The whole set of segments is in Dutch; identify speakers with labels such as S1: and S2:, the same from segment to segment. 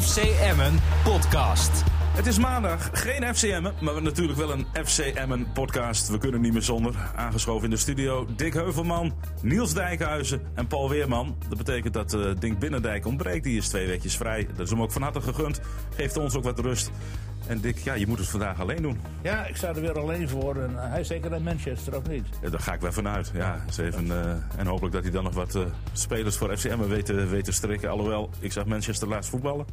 S1: FC Emmen podcast.
S2: Het is maandag, geen FCM'en, maar natuurlijk wel een FCM'en podcast. We kunnen niet meer zonder. Aangeschoven in de studio Dick Heuvelman, Niels Dijkhuizen en Paul Weerman. Dat betekent dat eh Dink Binnendijk ontbreekt. Die is twee weekjes vrij. Dat is hem ook van harte gegund. Geeft ons ook wat rust. En Dick, ja, je moet het vandaag alleen doen.
S3: Ja, ik sta er weer alleen voor. En eh, hij is zeker in Manchester, of niet?
S2: Ja, daar ga ik wel vanuit. Ja, eens even, eh, en hopelijk dat hij dan nog wat eh, spelers voor FCM'en weet, te- weet te strikken. Alhoewel, ik zag Manchester laatst voetballen.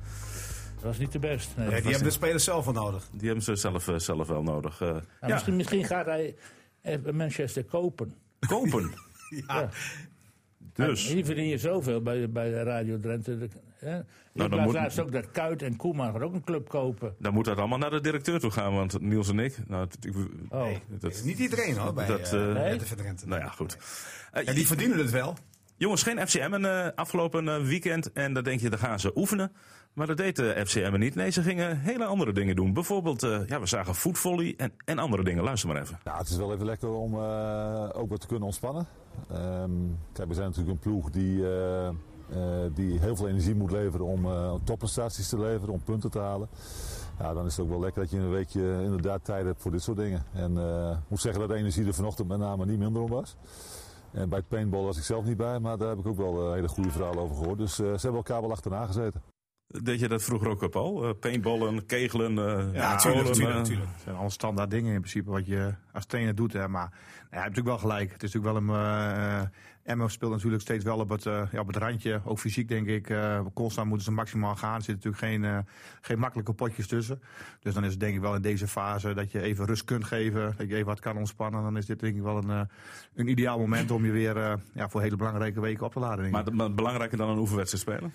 S3: Dat was niet de best. nee.
S4: Ja, die hebben de spelers zelf wel nodig.
S2: Die hebben ze zelf, eh, zelf wel nodig. Eh,
S3: Maar
S2: ja,
S3: Nou, misschien, misschien gaat hij eh, Manchester kopen.
S2: kopen.
S4: Ja.
S2: Dus.
S3: Hier verdien je zoveel bij, bij de Radio Drenthe. De,
S4: Nou,
S3: hè? ik
S2: dan
S3: las
S2: moet-
S3: laatst ook dat Kuit en Koeman gaan ook een club kopen.
S2: Dan moet dat allemaal naar de directeur toe gaan, want Niels en ik. Nou, dat, ik-
S3: Oh.
S2: dat,
S4: Niet iedereen hoor, bij
S2: Dat,
S4: eh,
S2: eh,
S4: bij
S3: nee.
S4: de Verdrenten.
S2: nou ja, goed. Eh,
S4: Ja, die verdienen het wel.
S2: Jongens, geen FCM en, eh, afgelopen eh, weekend. En dan denk je, dan gaan ze oefenen. Maar dat deed eh, de FCM niet. Nee, ze gingen hele andere dingen doen. Bijvoorbeeld, eh, ja, we zagen voetvolley en, en andere dingen. Luister maar even.
S5: Ja, Nou, het is wel even lekker om eh, ook wat te kunnen ontspannen. Ehm, kijk, we zijn natuurlijk een ploeg die, eh, eh, die heel veel energie moet leveren om eh, topprestaties te leveren, om punten te halen. Ja, dan is het ook wel lekker dat je in een weekje inderdaad tijd hebt voor dit soort dingen. En eh, ik moet zeggen dat de energie er vanochtend met name niet minder om was. En bij het paintball was ik zelf niet bij, maar daar heb ik ook wel eh, hele goede verhalen over gehoord. Dus eh, ze hebben elkaar wel achterna gezeten.
S2: Deed je dat vroeger ook op al? Eh, paintballen, kegelen, eh
S6: Ja,
S4: natuurlijk,
S2: kolen,
S4: natuurlijk,
S2: eh,
S4: natuurlijk.
S6: Het zijn allemaal standaard dingen in principe wat je als trainer doet. Hè. Maar nou, hij heeft natuurlijk wel gelijk. Het is natuurlijk wel een. eh eh, Emma speelt natuurlijk steeds wel op het, eh, ja, op het randje. Ook fysiek denk ik. eh, constant moeten ze maximaal gaan. Er zitten natuurlijk geen, eh, geen makkelijke potjes tussen. Dus dan is het denk ik wel in deze fase dat je even rust kunt geven. Dat je even wat kan ontspannen. Dan is dit denk ik wel een, eh, een ideaal moment om je weer eh, ja, voor hele belangrijke weken op te laden. denk ik.
S2: Maar, dat- maar belangrijker dan een oefenwedstrijd spelen.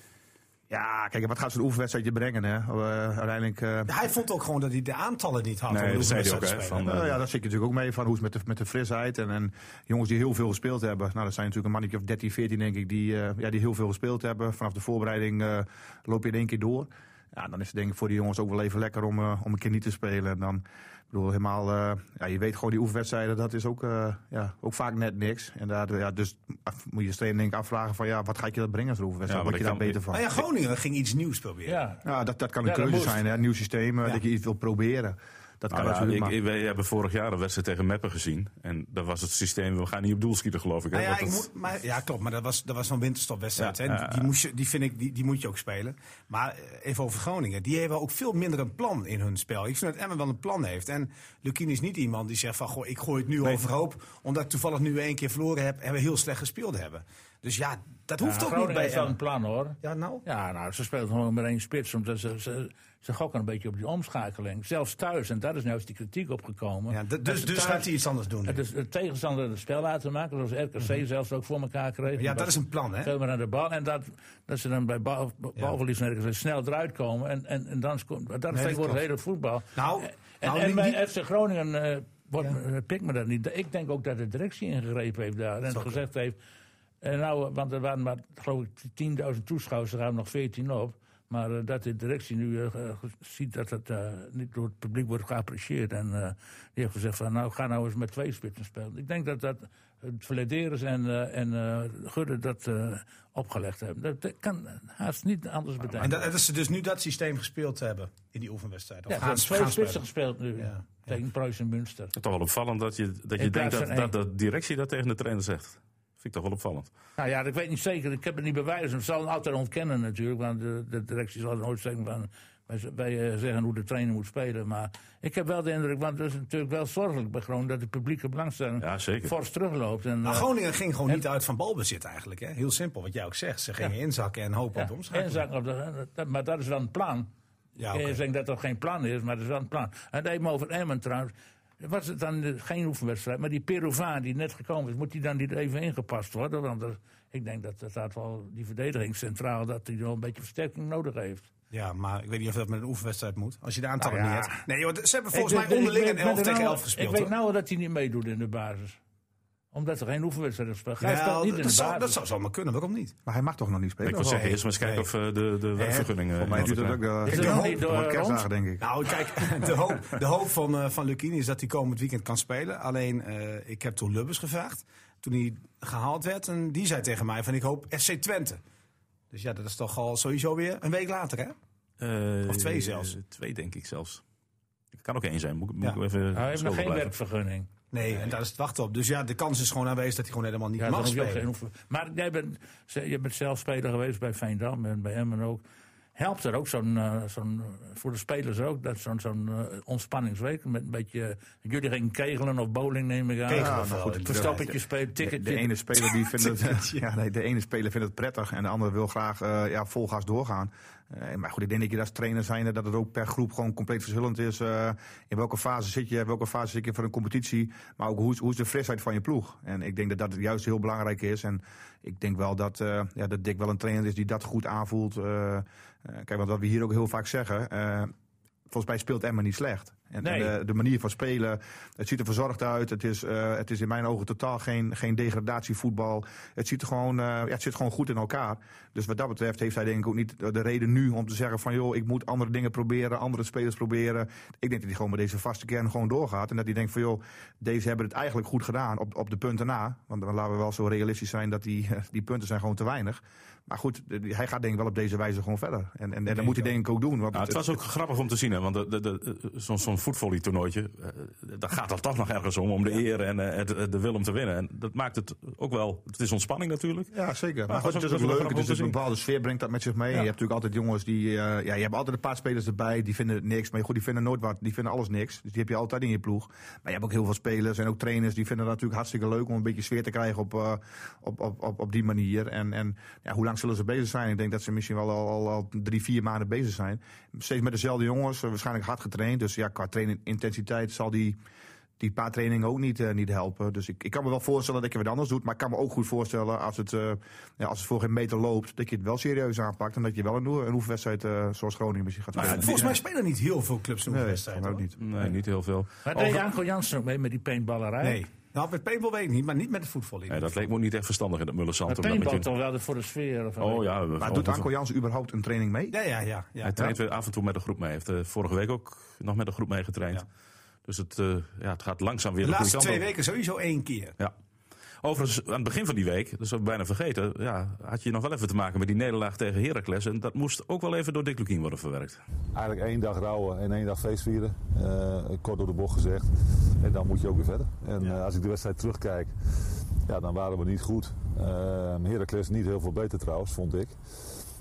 S6: ja, kijk, wat gaat zo'n oefenwedstrijdje brengen? Hè? Eh, uiteindelijk. eh,
S4: Ja, Hij vond ook gewoon dat hij de aantallen niet had. om
S2: Nee,
S4: de
S2: dat zei hij ook.
S4: wedstrijd
S2: hè,
S4: te
S2: van,
S4: spelen.
S2: eh,
S6: Nou ja, daar zit je natuurlijk ook mee van hoe is het met de, met de frisheid. En, en jongens die heel veel gespeeld hebben. Nou, dat zijn natuurlijk een mannetje of 13, 14 denk ik, die, eh, ja, die heel veel gespeeld hebben. Vanaf de voorbereiding eh, loop je in één keer door. Ja, dan is het denk ik voor die jongens ook wel even lekker om, eh, om een keer niet te spelen. En dan, ik bedoel, helemaal, eh, ja, je weet gewoon die oefenwedstrijden, dat is ook, eh, ja, ook vaak net niks. En daardoor, ja, dus af- moet je je trainer denk ik afvragen van, ja, wat gaat je dat brengen zo'n oefenwedstrijd?
S2: Ja,
S6: Word je
S2: maar
S6: daar
S2: dat
S6: beter
S2: kan-
S6: van?
S4: Nou ja, Groningen ging iets nieuws proberen.
S3: Ja.
S6: Ja, dat, dat kan een
S3: Ja, dat
S6: keuze
S3: moest.
S6: zijn, hè? nieuw systeem, eh, dat je iets wil proberen. Dat
S2: Nou
S6: kan
S2: ja,
S6: natuurlijk,
S2: ik,
S6: maar-
S2: ik- wij hebben vorig jaar een wedstrijd tegen Meppen gezien. En dat was het systeem, we gaan niet op doel schieten, geloof ik. hè,
S4: Nou ja,
S2: want
S4: ik
S2: dat-
S4: moet, maar, ja, klopt. Maar dat was, dat was zo'n winterstopwedstrijd.
S2: Ja,
S4: hè.
S2: ja,
S4: Die,
S2: ja.
S4: moest je, die, vind ik, die, die moet je ook spelen. Maar eh, even over Groningen. Die hebben ook veel minder een plan in hun spel. Ik vind dat Emmen wel een plan heeft. En Lukien is niet iemand die zegt van... Goh, ik gooi het nu overhoop. Omdat ik toevallig nu één keer verloren heb. En we heel slecht gespeeld hebben. Dus ja, dat
S3: Nou,
S4: hoeft ook niet
S3: Groningen
S4: bij
S3: heeft wel een
S4: Emmen.
S3: plan hoor.
S4: Ja, nou?
S3: Ja, nou, ze speelt gewoon met één spits. Omdat ze, ze, ze gokken een beetje op die omschakeling. Zelfs thuis, en daar is nou eens die kritiek opgekomen.
S4: Ja, d-
S3: Dat
S4: dus
S3: ze
S4: dus
S3: thuis-
S4: gaat hij iets anders doen.
S3: Het is de tegenstander het spel laten maken, zoals RKC zelfs ook voor elkaar kreeg.
S4: Mhm. Ja, dat is een plan, hè?
S3: Veel meer aan de bal. En dat, dat ze dan bij bal- balverlies en ergens snel eruit komen. En, en, en dan sco- dat is tegenwoordig
S4: klopt.
S3: hele voetbal.
S4: Nou,
S3: en,
S4: nou,
S3: en
S4: die-
S3: bij
S4: die-
S3: FC Groningen eh, wordt, eh, pikt me dat niet. Ik denk ook dat de directie ingegrepen heeft daar. En gezegd heeft, eh, nou, want er waren maar, geloof ik, 10.000 toeschouwers. Er gaan nog 14 op. Maar eh, dat de directie nu eh, ge- ziet dat het eh, niet door het publiek wordt geapprecieerd. En eh, die heeft gezegd van, nou, ga nou eens met twee spitsen spelen. Ik denk dat dat het Vladeris en, eh, en eh, Gudde dat eh, opgelegd hebben. Dat, dat kan haast niet anders
S4: En
S3: bedenken.
S4: dat, dat ze dus nu dat systeem gespeeld hebben in die oefenwedstrijd. Of
S3: ja, ze
S4: gaan,
S3: hebben twee
S4: gaan
S3: spitsen
S4: spelen.
S3: gespeeld nu.
S4: Ja.
S3: Tegen Preußen Münster.
S2: Het is toch wel opvallend dat je, dat je
S3: In
S2: denkt
S3: plaats
S2: dat,
S3: van
S2: dat
S3: één.
S2: de directie dat tegen de trainer zegt. Vind ik toch wel opvallend.
S3: Nou ja, ik weet niet zeker. Ik heb het niet bewijzen. Ze zal het altijd ontkennen natuurlijk. Want de, de directie zal nooit zeggen van... Wij, z- wij eh, zeggen hoe de trainer moet spelen. Maar ik heb wel de indruk, want het is natuurlijk wel zorgelijk bij Groningen... dat de publieke belangstelling
S2: Ja, zeker.
S3: fors terugloopt. En,
S4: Maar
S3: eh,
S4: Groningen ging gewoon niet uit van balbezit eigenlijk. Hè? Heel simpel, wat jij ook zegt. Ze gingen inzakken en hopen
S3: ja,
S4: op de
S3: en
S4: omschakeling.
S3: zakken op de- eh, dat- maar dat is wel een plan.
S4: Ja,
S3: Ik
S4: oké.
S3: denk dat dat geen plan is, maar dat is wel een plan. En even over Emmen trouwens. Was het dan eh, geen oefenwedstrijd, maar die Peruvaan die net gekomen is... moet die dan niet even ingepast worden? Want er- ik denk dat, dat staat wel die verdediging centraal... dat die wel een beetje versterking nodig heeft.
S4: Ja, maar ik weet niet of dat met een oefenwedstrijd moet. Als je de aantallen
S3: Nou ja.
S4: niet hebt. Nee, joh, ze hebben volgens
S3: Ik-
S4: mij
S3: ik-
S4: onderling
S3: ik
S4: een
S3: weet- ik
S4: 11
S3: weet
S4: tegen
S3: nou-
S4: 11 gespeeld.
S3: Ik weet
S4: hoor.
S3: nou dat hij niet meedoet in de basis. Omdat er geen oefenwedstrijd is. Hij
S4: Ja,
S3: speelt niet in de
S4: dat, zou, dat
S3: basis.
S4: zou zomaar kunnen, waarom niet?
S6: Maar hij mag toch nog niet spelen?
S2: ik wil
S6: of wel?
S2: zeggen, eerst maar eens kijken
S4: Nee.
S2: of eh, de, de werkvergunning... eh,
S6: Voor mij duurt
S2: nodig
S6: dat ook
S2: is.
S6: eh,
S3: Is
S6: de
S3: er nog
S6: hoop-
S3: niet door
S6: tot kerstdagen,
S3: rond?
S6: denk ik.
S4: Nou, kijk, de hoop, de hoop van, eh, van Lukini is dat hij komend weekend kan spelen. Alleen, eh, ik heb toen Lubbers gevraagd, toen hij gehaald werd. En die zei tegen mij van, ik hoop FC Twente. Dus ja, dat is toch al sowieso weer een week later, hè?
S2: Eh,
S4: Of twee zelfs.
S2: Twee denk ik zelfs. Het kan ook één zijn. Moet, ik- moet
S4: Ja.
S2: ik even
S3: Nou, Hij heeft nog
S2: schuldig
S3: geen
S2: blijven.
S3: werkvergunning.
S4: Nee, en daar is het wachten op. Dus ja, de kans is gewoon aanwezig dat hij gewoon helemaal niet
S3: Ja,
S4: mag
S3: dan hoef je ook
S4: spelen.
S3: geen oefen- Maar jij bent, ze- je bent zelf speler geweest bij Veendam en bij Emmen ook. Helpt er ook zo'n, eh, zo'n voor de spelers ook, dat zo'n, zo'n eh, ontspanningsweek met een beetje... Jullie gingen kegelen of bowling neem ik aan.
S4: Kegelen
S3: Ja, maar
S4: of wel,
S3: goed,
S4: inderdaad.
S3: Verstappertje spelen,
S6: De,
S3: ticketje.
S6: de ene speler die vindt het, eh, ja, nee, de ene speler vindt het prettig en de andere wil graag eh ja, vol gas doorgaan. Eh, maar goed, ik denk dat je als trainer zijnde dat het ook per groep gewoon compleet verschillend is. eh, in welke fase zit je, in welke fase zit je voor een competitie. Maar ook hoe is, hoe is de frisheid van je ploeg. En ik denk dat dat juist heel belangrijk is. En ik denk wel dat, eh, ja, dat Dick wel een trainer is die dat goed aanvoelt. Eh, eh, kijk, want wat we hier ook heel vaak zeggen. eh, volgens mij speelt Emma niet slecht. En
S3: Nee.
S6: en de, de manier van spelen, het ziet er verzorgd uit. Het is, eh, het is in mijn ogen totaal geen, geen degradatievoetbal. Het, ziet er gewoon, eh, ja, het zit gewoon goed in elkaar. Dus wat dat betreft heeft hij denk ik ook niet de reden nu om te zeggen van... joh, ik moet andere dingen proberen, andere spelers proberen. Ik denk dat hij gewoon met deze vaste kern gewoon doorgaat. En dat hij denkt van joh, deze hebben het eigenlijk goed gedaan op, op de punten na. Want dan laten we wel zo realistisch zijn dat die, die punten zijn gewoon te weinig. Maar goed, eh, hij gaat denk ik wel op deze wijze gewoon verder. En, en, en dat moet hij denk ik ook doen. Want
S2: Nou, het
S6: het-
S2: was ook grappig om te zien, hè, want de- de- de- eh, zo'n zo'n voetvolley toernooitje, eh, daar gaat het toch nog ergens om, om de eer en eh, het- het- de wil om te winnen. En dat maakt het ook wel, het is ontspanning natuurlijk.
S6: Ja, zeker. Maar
S2: Maar
S6: goed,
S2: het
S6: het
S2: is ook
S6: is ook
S2: wel
S6: leuk.
S2: grappig
S6: Het
S2: om
S6: is
S2: te
S6: een
S2: zien.
S6: bepaalde sfeer brengt dat met zich mee. Je hebt natuurlijk altijd jongens die... eh, ja, je hebt altijd een paar spelers erbij. Die vinden het niks. Maar goed, die vinden nooit wat. Die vinden alles niks. Dus die heb je altijd in je ploeg. Maar je hebt ook heel veel spelers en ook trainers. Die vinden dat natuurlijk hartstikke leuk om een beetje sfeer te krijgen op, eh, op, op, op, op die manier. En, en ja, hoe lang zullen ze bezig zijn? Ik denk dat ze misschien wel al, al, al drie, vier maanden bezig zijn. Steeds met dezelfde jongens. eh, Waarschijnlijk hard getraind. Dus ja, qua trainintensiteit zal die die paar trainingen ook niet, eh, niet helpen. Dus ik, ik kan me wel voorstellen dat je wat anders doet. Maar ik kan me ook goed voorstellen als het, eh, ja, als het voor geen meter loopt. dat je het wel serieus aanpakt. En dat je wel een, oe- een oefenwedstrijd eh, zoals Groningen misschien gaat spelen.
S4: Volgens mij spelen niet heel veel clubs een
S6: Nee,
S4: wedstrijd.
S6: volgens mij ook
S4: hoor.
S6: niet.
S2: Nee, niet heel veel.
S3: Maar deed Janko Jansen ook mee met die paintballerij?
S4: Nee. Nou, met paintball weet ik niet, maar niet met de voetvolley.
S2: Nee, dat leek me ook niet echt verstandig in het Mullensand.
S3: Maar
S2: om dat met
S3: paintbal
S2: je-
S3: toch wel voor de sfeer?
S4: eh,
S3: Of
S2: Oh ja,
S6: Maar doet Anko Jans überhaupt een training mee?
S4: Ja, ja, ja. ja. Nou,
S2: Hij traint weer af en toe met de groep mee. Hij heeft eh, vorige week ook nog met de groep mee getraind.
S4: Ja.
S2: Dus het, eh, ja, het gaat langzaam weer
S4: De
S2: de goede
S4: laatste
S2: kant
S4: twee
S2: op.
S4: weken sowieso één keer.
S2: Ja. Overigens, aan het begin van die week, dat hebben we bijna vergeten, ja, had je nog wel even te maken met die nederlaag tegen Heracles. En dat moest ook wel even door Dick Lukien worden verwerkt.
S5: Eigenlijk één dag rouwen en één dag feest vieren. Eh, kort door de bocht gezegd. En dan moet je ook weer verder. En eh, als ik de wedstrijd terugkijk, ja, dan waren we niet goed. Eh Heracles niet heel veel beter trouwens, vond ik.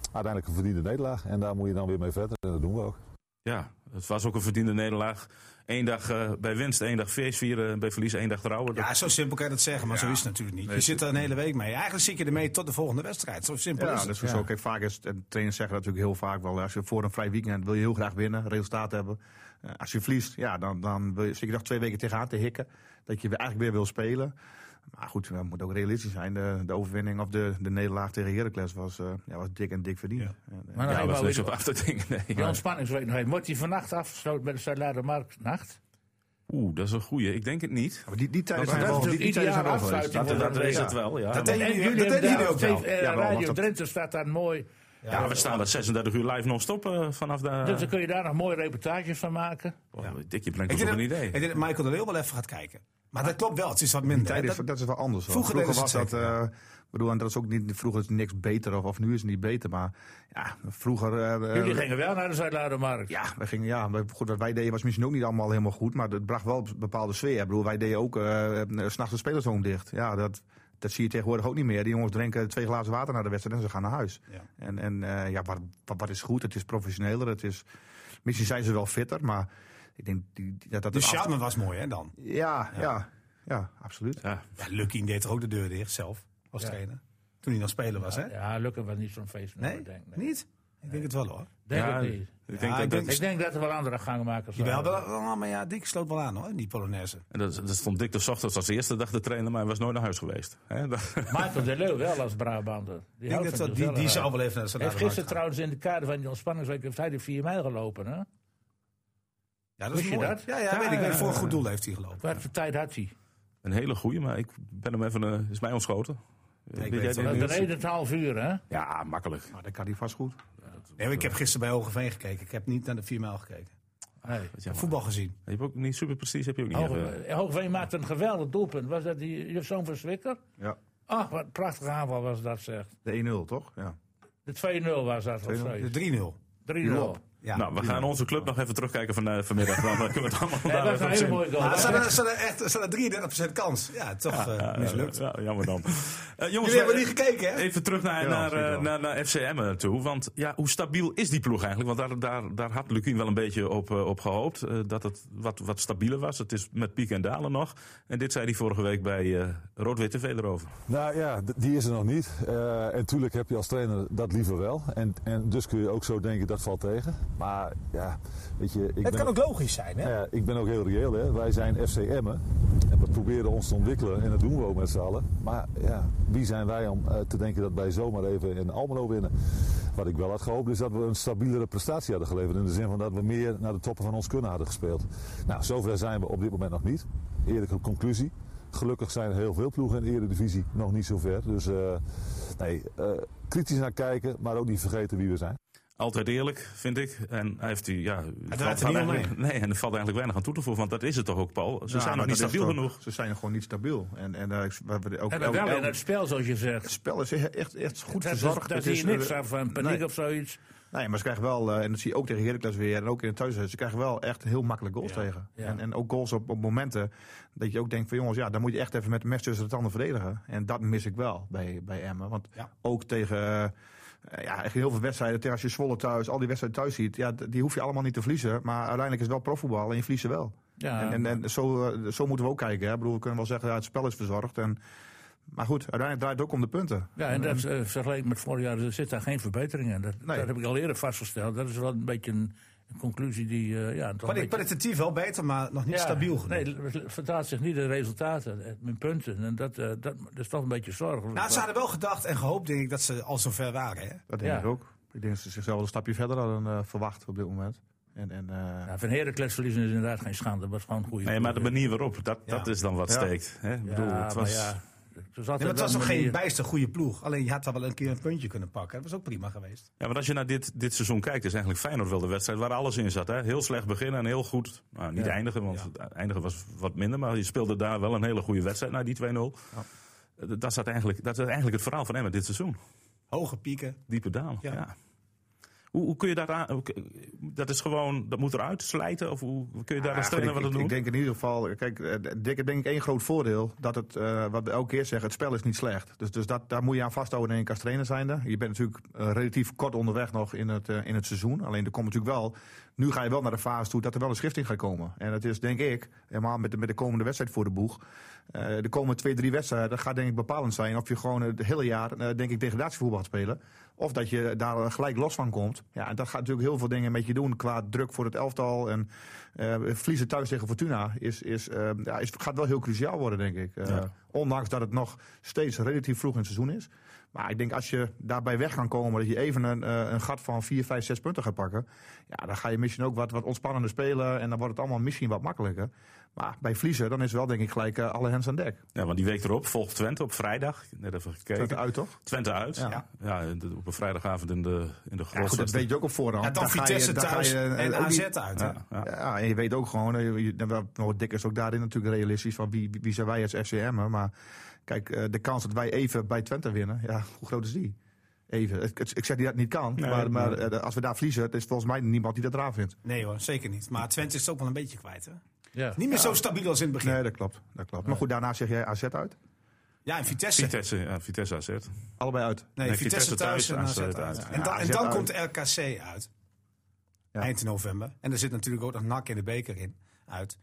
S5: Uiteindelijk een verdiende nederlaag. En daar moet je dan weer mee verder. En dat doen we ook.
S2: Ja, het was ook een verdiende nederlaag. Eén dag eh, bij winst, één dag feest vieren, bij verlies één dag trouwen. Dat-
S4: Ja, zo simpel kan je dat zeggen, maar zo is het natuurlijk niet. Je zit er een hele week mee. Eigenlijk zit je ermee tot de volgende wedstrijd. Zo simpel
S6: Ja,
S4: is
S6: dat
S4: het.
S6: is zo. Kijk, vaak is, en trainers zeggen dat natuurlijk heel vaak wel. Als je voor een vrij weekend wil je heel graag winnen, resultaat hebben. Eh, als je verliest, ja, dan, dan wil je, zit je nog twee weken tegenaan te hikken. Dat je weer- eigenlijk weer wil spelen. Maar goed, dat moet ook realistisch zijn. De, de overwinning of de, de nederlaag tegen Heracles was, eh, ja, was dik en dik verdiend. En, eh,
S3: Maar dan
S2: Ja,
S3: even
S2: was
S3: weer-
S2: niks op af te dingen. Nee.
S3: Die ontspanningsweek nog even. Wordt die vannacht afgesloten bij de Zuid-Ladermarktnacht?
S2: Oeh, dat is een goeie. Ik denk het niet.
S6: maar die, die tijden
S3: dat
S6: zijn
S3: is
S6: wel die,
S3: natuurlijk
S6: die tijden zijn
S3: ideale
S6: wel geweest.
S3: afsluiting.
S2: Dat, dat
S3: Ja.
S2: is het wel, ja.
S4: Dat
S2: Maar-
S4: deden
S3: En
S4: jullie, dat
S3: jullie
S4: deden jullie ook
S3: hebben
S4: wel.
S3: daar- eh,
S6: Ja, wel, want
S3: Radio
S6: dat-
S3: Drenthe staat daar mooi.
S2: ja, we staan daar 36 uur live non-stop eh, vanaf daar.
S3: Dus dan kun je daar nog mooie reportages van maken.
S2: Oh, Dick, je brengt
S4: Ik
S2: ons op
S4: denk, dat,
S2: een
S4: ik
S2: idee.
S4: denk dat Michael de Leeuw wel even gaat kijken. Maar dat klopt wel, het is wat
S6: Die
S4: minder. hè.
S6: tijden,
S4: Dat-
S6: dat, dat is wel anders. hoor.
S4: Vroeger deden
S6: was
S4: ze het
S6: dat. eh, ik bedoel, en dat is ook niet, vroeger is niks beter of, of nu is het niet beter. Maar ja, vroeger. eh,
S3: Jullie
S6: eh,
S3: gingen wel naar de Zuid-Ladermarkt.
S6: Ja, wij gingen, ja maar goed, wat wij deden was misschien ook niet allemaal helemaal goed. Maar het bracht wel een bepaalde sfeer. Ik bedoel, wij deden ook eh, eh, 's s'nachts de spelersroom dicht. Ja, dat, dat zie je tegenwoordig ook niet meer. Die jongens drinken twee glazen water na de wedstrijd en ze gaan naar huis.
S4: Ja.
S6: En, en eh, ja, wat, wat, wat is goed? Het is professioneler. Het is, misschien zijn ze wel fitter, maar ik denk die, die- dat dat...
S4: De
S6: een af-
S4: charme was mooi, hè, dan.
S6: Ja, ja, ja, absoluut.
S2: Ja,
S4: Ja, Lucky deed er ook de deur dicht, zelf, als trainer. Toen hij nog speler was, hè?
S3: Ja, Lukken was niet zo'n feest.
S4: Nee?
S3: denk, nee.
S4: Niet? Ik denk het wel, hoor.
S3: Denk
S2: Ja,
S3: ik niet.
S2: Ik
S4: Ja,
S2: denk dat,
S4: ik
S2: dat,
S4: denk-
S3: Ik denk dat er wel andere gangmakers zijn.
S4: Jawel, wel, wel, maar ja, Dick sloot wel aan, hoor, die Polonaise.
S2: en dat, dat stond Dick de ochtends als eerste dag te trainen, maar hij was nooit naar huis geweest. Hè, dat-
S3: Michael de Leeuw wel als Brabander. Die,
S4: Ik denk dat dat, die, die zou wel even naar de
S3: Hij heeft
S4: salaris
S3: gisteren trouwens in de kader van die ontspanningsweek... heeft hij de 4 mijl gelopen, hè?
S4: Ja, dat is
S3: Wist je
S4: mooi.
S3: dat?
S4: Ja, ja, weet ik.
S3: ja,
S4: Voor een goed doel heeft hij gelopen.
S3: Wat voor tijd had hij?
S2: een hele goeie, maar ik ben hem even, eh, is mij ontschoten. Weet
S4: weet het
S2: dit,
S4: wel.
S3: Dat
S2: Niels?
S3: reed het half uur, hè?
S2: Ja, makkelijk.
S6: Maar dat kan die vast goed.
S4: Nee, maar ik heb gisteren bij Hogeveen gekeken. Ik heb niet naar de 4 mijl gekeken.
S3: Nee.
S2: Ja, maar-
S4: Voetbal gezien.
S2: Je hebt ook niet super precies, heb je ook
S4: Oh,
S2: niet. eh?
S4: eh,
S2: even-
S3: Hoogveen, eh, Hoogveen maakte een geweldig doelpunt. Was dat die Jufzoon van Zwikker?
S6: Ja.
S3: Ach, wat een prachtige aanval was dat, zeg.
S6: De 1-0, toch? Ja.
S3: De 2-0 was dat. of zoiets.
S4: De 3-0.
S3: 3-0.
S4: Ja.
S2: nou, we gaan onze club nog even terugkijken van, eh, vanmiddag. Dan kunnen we het allemaal
S3: Nee,
S2: daar
S3: dat is
S2: even
S3: een
S2: op
S3: hele
S2: zien.
S3: mooie goal.
S4: Maar
S3: Dat
S4: staat
S3: is-
S4: er staat er echt staat er 33% kans. Ja, toch eh,
S2: Ja,
S4: mislukt.
S2: ja, jammer dan. Eh, jongens,
S4: Jullie hebben
S2: eh,
S4: niet gekeken, hè?
S2: Even terug naar,
S6: Ja,
S2: naar,
S6: zeker
S2: eh,
S6: wel.
S2: naar, naar FCM toe. Want ja, hoe stabiel is die ploeg eigenlijk? Want daar, daar, daar had Lukien wel een beetje op, eh, op gehoopt. eh, dat het wat, wat stabieler was. Het is met pieken en dalen nog. En dit zei hij vorige week bij eh Rood-Witte Veel erover.
S5: Nou ja, d- die is er nog niet. Eh, en natuurlijk heb je als trainer dat liever wel. En, en dus kun je ook zo denken, dat valt tegen. Maar ja, weet je... Ik
S7: Het
S5: ben
S7: kan ook logisch zijn, hè?
S5: Nou ja, ik ben ook heel reëel. Hè. Wij zijn FC Emmen en we proberen ons te ontwikkelen en dat doen we ook met z'n allen. Maar ja, wie zijn wij om eh, te denken dat wij zomaar even in Almelo winnen? Wat ik wel had gehoopt is dat we een stabielere prestatie hadden geleverd. In de zin van dat we meer naar de toppen van ons kunnen hadden gespeeld. Nou, zover zijn we op dit moment nog niet. Eerlijke conclusie. Gelukkig zijn er heel veel ploegen in de Eredivisie nog niet zo ver. Dus eh, nee, eh, kritisch naar kijken, maar ook niet vergeten wie we zijn.
S2: Altijd eerlijk, vind ik. En hij heeft die, ja, valt-
S4: draait er
S2: valt
S4: niet
S2: eigenlijk- nee, en er valt eigenlijk weinig aan toe te voegen. Want dat is het toch ook, Paul? Ze
S6: Ja,
S2: zijn
S6: maar
S2: nog
S6: die
S2: niet
S6: stabiel
S2: stabiel genoeg.
S6: Ze zijn gewoon niet stabiel. En, en, eh, ik- we hebben ook,
S3: En dan
S6: elk-
S3: wel in
S6: elk-
S3: het spel, zoals je
S6: het
S3: zegt.
S6: spel is echt, echt, echt goed
S3: Dat is-
S6: verzorgd.
S3: Daar
S6: Het
S3: zie
S6: is,
S3: je niks
S6: eh,
S3: aan van paniek
S6: nee.
S3: of zoiets.
S6: Nee, maar ze krijgen wel, eh, en dat zie je ook tegen Heracles weer, en ook in het thuishuis, ze krijgen wel echt heel makkelijk goals tegen.
S3: ja.
S6: En, en ook goals op, op momenten dat je ook denkt van jongens, ja, dan moet je echt even met de mes tussen de tanden verdedigen. En dat mis ik wel bij, bij Emmen. Want
S4: Ja.
S6: ook tegen, eh, eh, ja, eigenlijk heel veel wedstrijden, tegen als je Zwolle thuis, al die wedstrijden thuis ziet, ja, d- die hoef je allemaal niet te verliezen. Maar uiteindelijk is het wel profvoetbal en je verliest ze wel.
S3: Ja,
S6: En, en, en zo, eh, zo moeten we ook kijken. Hè. Ik bedoel, we kunnen wel zeggen, ja, het spel is verzorgd. En, maar goed, uiteindelijk draait het ook om de punten.
S3: Ja, en dat eh, vergeleken met vorig jaar er zit daar geen verbetering in. Dat,
S6: Nee.
S3: dat heb ik al eerder vastgesteld. Dat is wel een beetje een, een conclusie die... eh ja, toch een
S4: Kwali-
S3: beetje-
S4: Kwalitatief wel beter, maar nog niet
S3: Ja,
S4: stabiel genoeg.
S3: Nee, het vertaalt zich niet in resultaten, eh, in punten. En dat, eh, dat, dat is toch een beetje zorgelijk.
S4: Nou, ze hadden wel gedacht en gehoopt, denk ik, dat ze al zover waren. Hè?
S6: Dat denk
S3: Ja.
S6: ik ook. Ik denk dat ze zichzelf wel een stapje verder hadden eh, verwacht op dit moment. En, en, eh,
S3: ja, van Heracles verliezen is inderdaad geen schande. Dat was gewoon een goede...
S2: Nee, maar de manier waarop, dat,
S4: Ja.
S2: dat is dan wat
S6: Ja.
S2: steekt. Hè? Ik
S3: Ja,
S2: bedoel, het was...
S3: maar ja, het was,
S4: Nee,
S3: altijd
S4: maar het was
S3: wel
S4: nog
S3: een
S4: geen
S3: manier-
S4: bijster goede ploeg. Alleen je had daar wel een keer een puntje kunnen pakken. Dat was ook prima geweest.
S2: Ja, want als je naar dit, dit seizoen kijkt, is eigenlijk Feyenoord wel de wedstrijd waar alles in zat. Hè? Heel slecht beginnen en heel goed. Nou, niet
S3: Ja.
S2: eindigen, want het eindigen was wat minder. Maar je speelde daar wel een hele goede wedstrijd na die 2-0. Eh, Dat, zat eigenlijk, dat is eigenlijk het verhaal van Emmen dit seizoen.
S4: Hoge pieken.
S2: Diepe dalen. Ja.
S4: Ja.
S2: Hoe, hoe kun je dat aan... hoe kun- Dat is gewoon... Dat moet eruit slijten? Of hoe hoe kun je daar
S6: ja,
S2: een
S6: goed,
S2: trainer
S6: ik,
S2: wat aan
S6: ik,
S2: doen?
S6: ik denk in ieder geval, kijk, eh, Dick, ik denk één groot voordeel dat het, eh, wat we elke keer zeggen, het spel is niet slecht. Dus, dus dat, daar moet je aan vasthouden denk ik als trainer zijnde. Je bent natuurlijk eh, relatief kort onderweg nog in het, eh, in het seizoen. Alleen er komt natuurlijk wel, nu ga je wel naar de fase toe dat er wel een schifting gaat komen. En dat is denk ik, helemaal met de, met de komende wedstrijd voor de boeg. eh, de komende twee, drie wedstrijden, dat gaat denk ik bepalend zijn of je gewoon het hele jaar, eh, denk ik, degradatievoetbal gaat spelen. Of dat je daar gelijk los van komt. Ja, en dat gaat natuurlijk heel veel dingen met je doen qua druk voor het elftal. En eh verliezen thuis tegen Fortuna is, is, eh, ja, is, gaat wel heel cruciaal worden, denk ik. Eh, Ondanks dat het nog steeds relatief vroeg in het seizoen is. Maar ik denk als je daarbij weg kan komen, dat je even een, eh, een gat van 4, 5, 6 punten gaat pakken. Ja, dan ga je misschien ook wat, wat ontspannender spelen. En dan wordt het allemaal misschien wat makkelijker. Maar bij verliezen, dan is wel denk ik gelijk eh, alle hens aan dek.
S2: Ja, want die week erop volgt Twente op vrijdag. Net even gekeken.
S6: Kijk
S2: Twente uit.
S6: uit, toch?
S2: Ja,
S6: Ja.
S2: en de- op een vrijdagavond in de, in de
S6: Ja, goed, dat
S2: grootste-
S6: weet je ook op voorhand.
S4: Ja, dan
S6: ga je-
S4: Vitesse
S6: dan ga
S4: thuis
S6: je, eh,
S4: en
S6: ook
S4: AZ
S6: niet-
S4: uit. hè?
S2: Ja, ja.
S6: Ja, en je weet ook gewoon, eh, je- je- wel, nou, Dick is ook daarin natuurlijk realistisch, van wie, wie zijn wij als FCM'er. Maar kijk, eh, de kans dat wij even bij Twente winnen, ja, hoe groot is die? Even. Het- het- ik zeg niet dat het niet kan,
S2: Nee,
S6: maar, maar
S2: nee.
S6: eh, als we daar verliezen, het is volgens mij niemand die dat raar vindt.
S4: Nee hoor, zeker niet. Maar Twente is het ook wel een beetje kwijt. Hè?
S3: Ja.
S4: Niet meer zo stabiel als in het begin.
S6: Nee, dat klopt. Dat klopt. Maar goed, daarna zeg jij AZ uit?
S4: Ja, en Vitesse.
S2: Vitesse, ja, Vitesse AZ.
S6: Allebei uit.
S4: Nee,
S2: Nee,
S4: Vitesse,
S2: Vitesse
S4: thuis en AZ
S2: thuis en AZ
S4: uit.
S2: uit.
S4: En, dan-
S6: Ja,
S4: en
S6: AZ
S4: dan
S6: uit.
S4: komt RKC uit.
S6: Ja.
S4: Eind november. En er zit natuurlijk ook nog NAC in de beker in. Uit.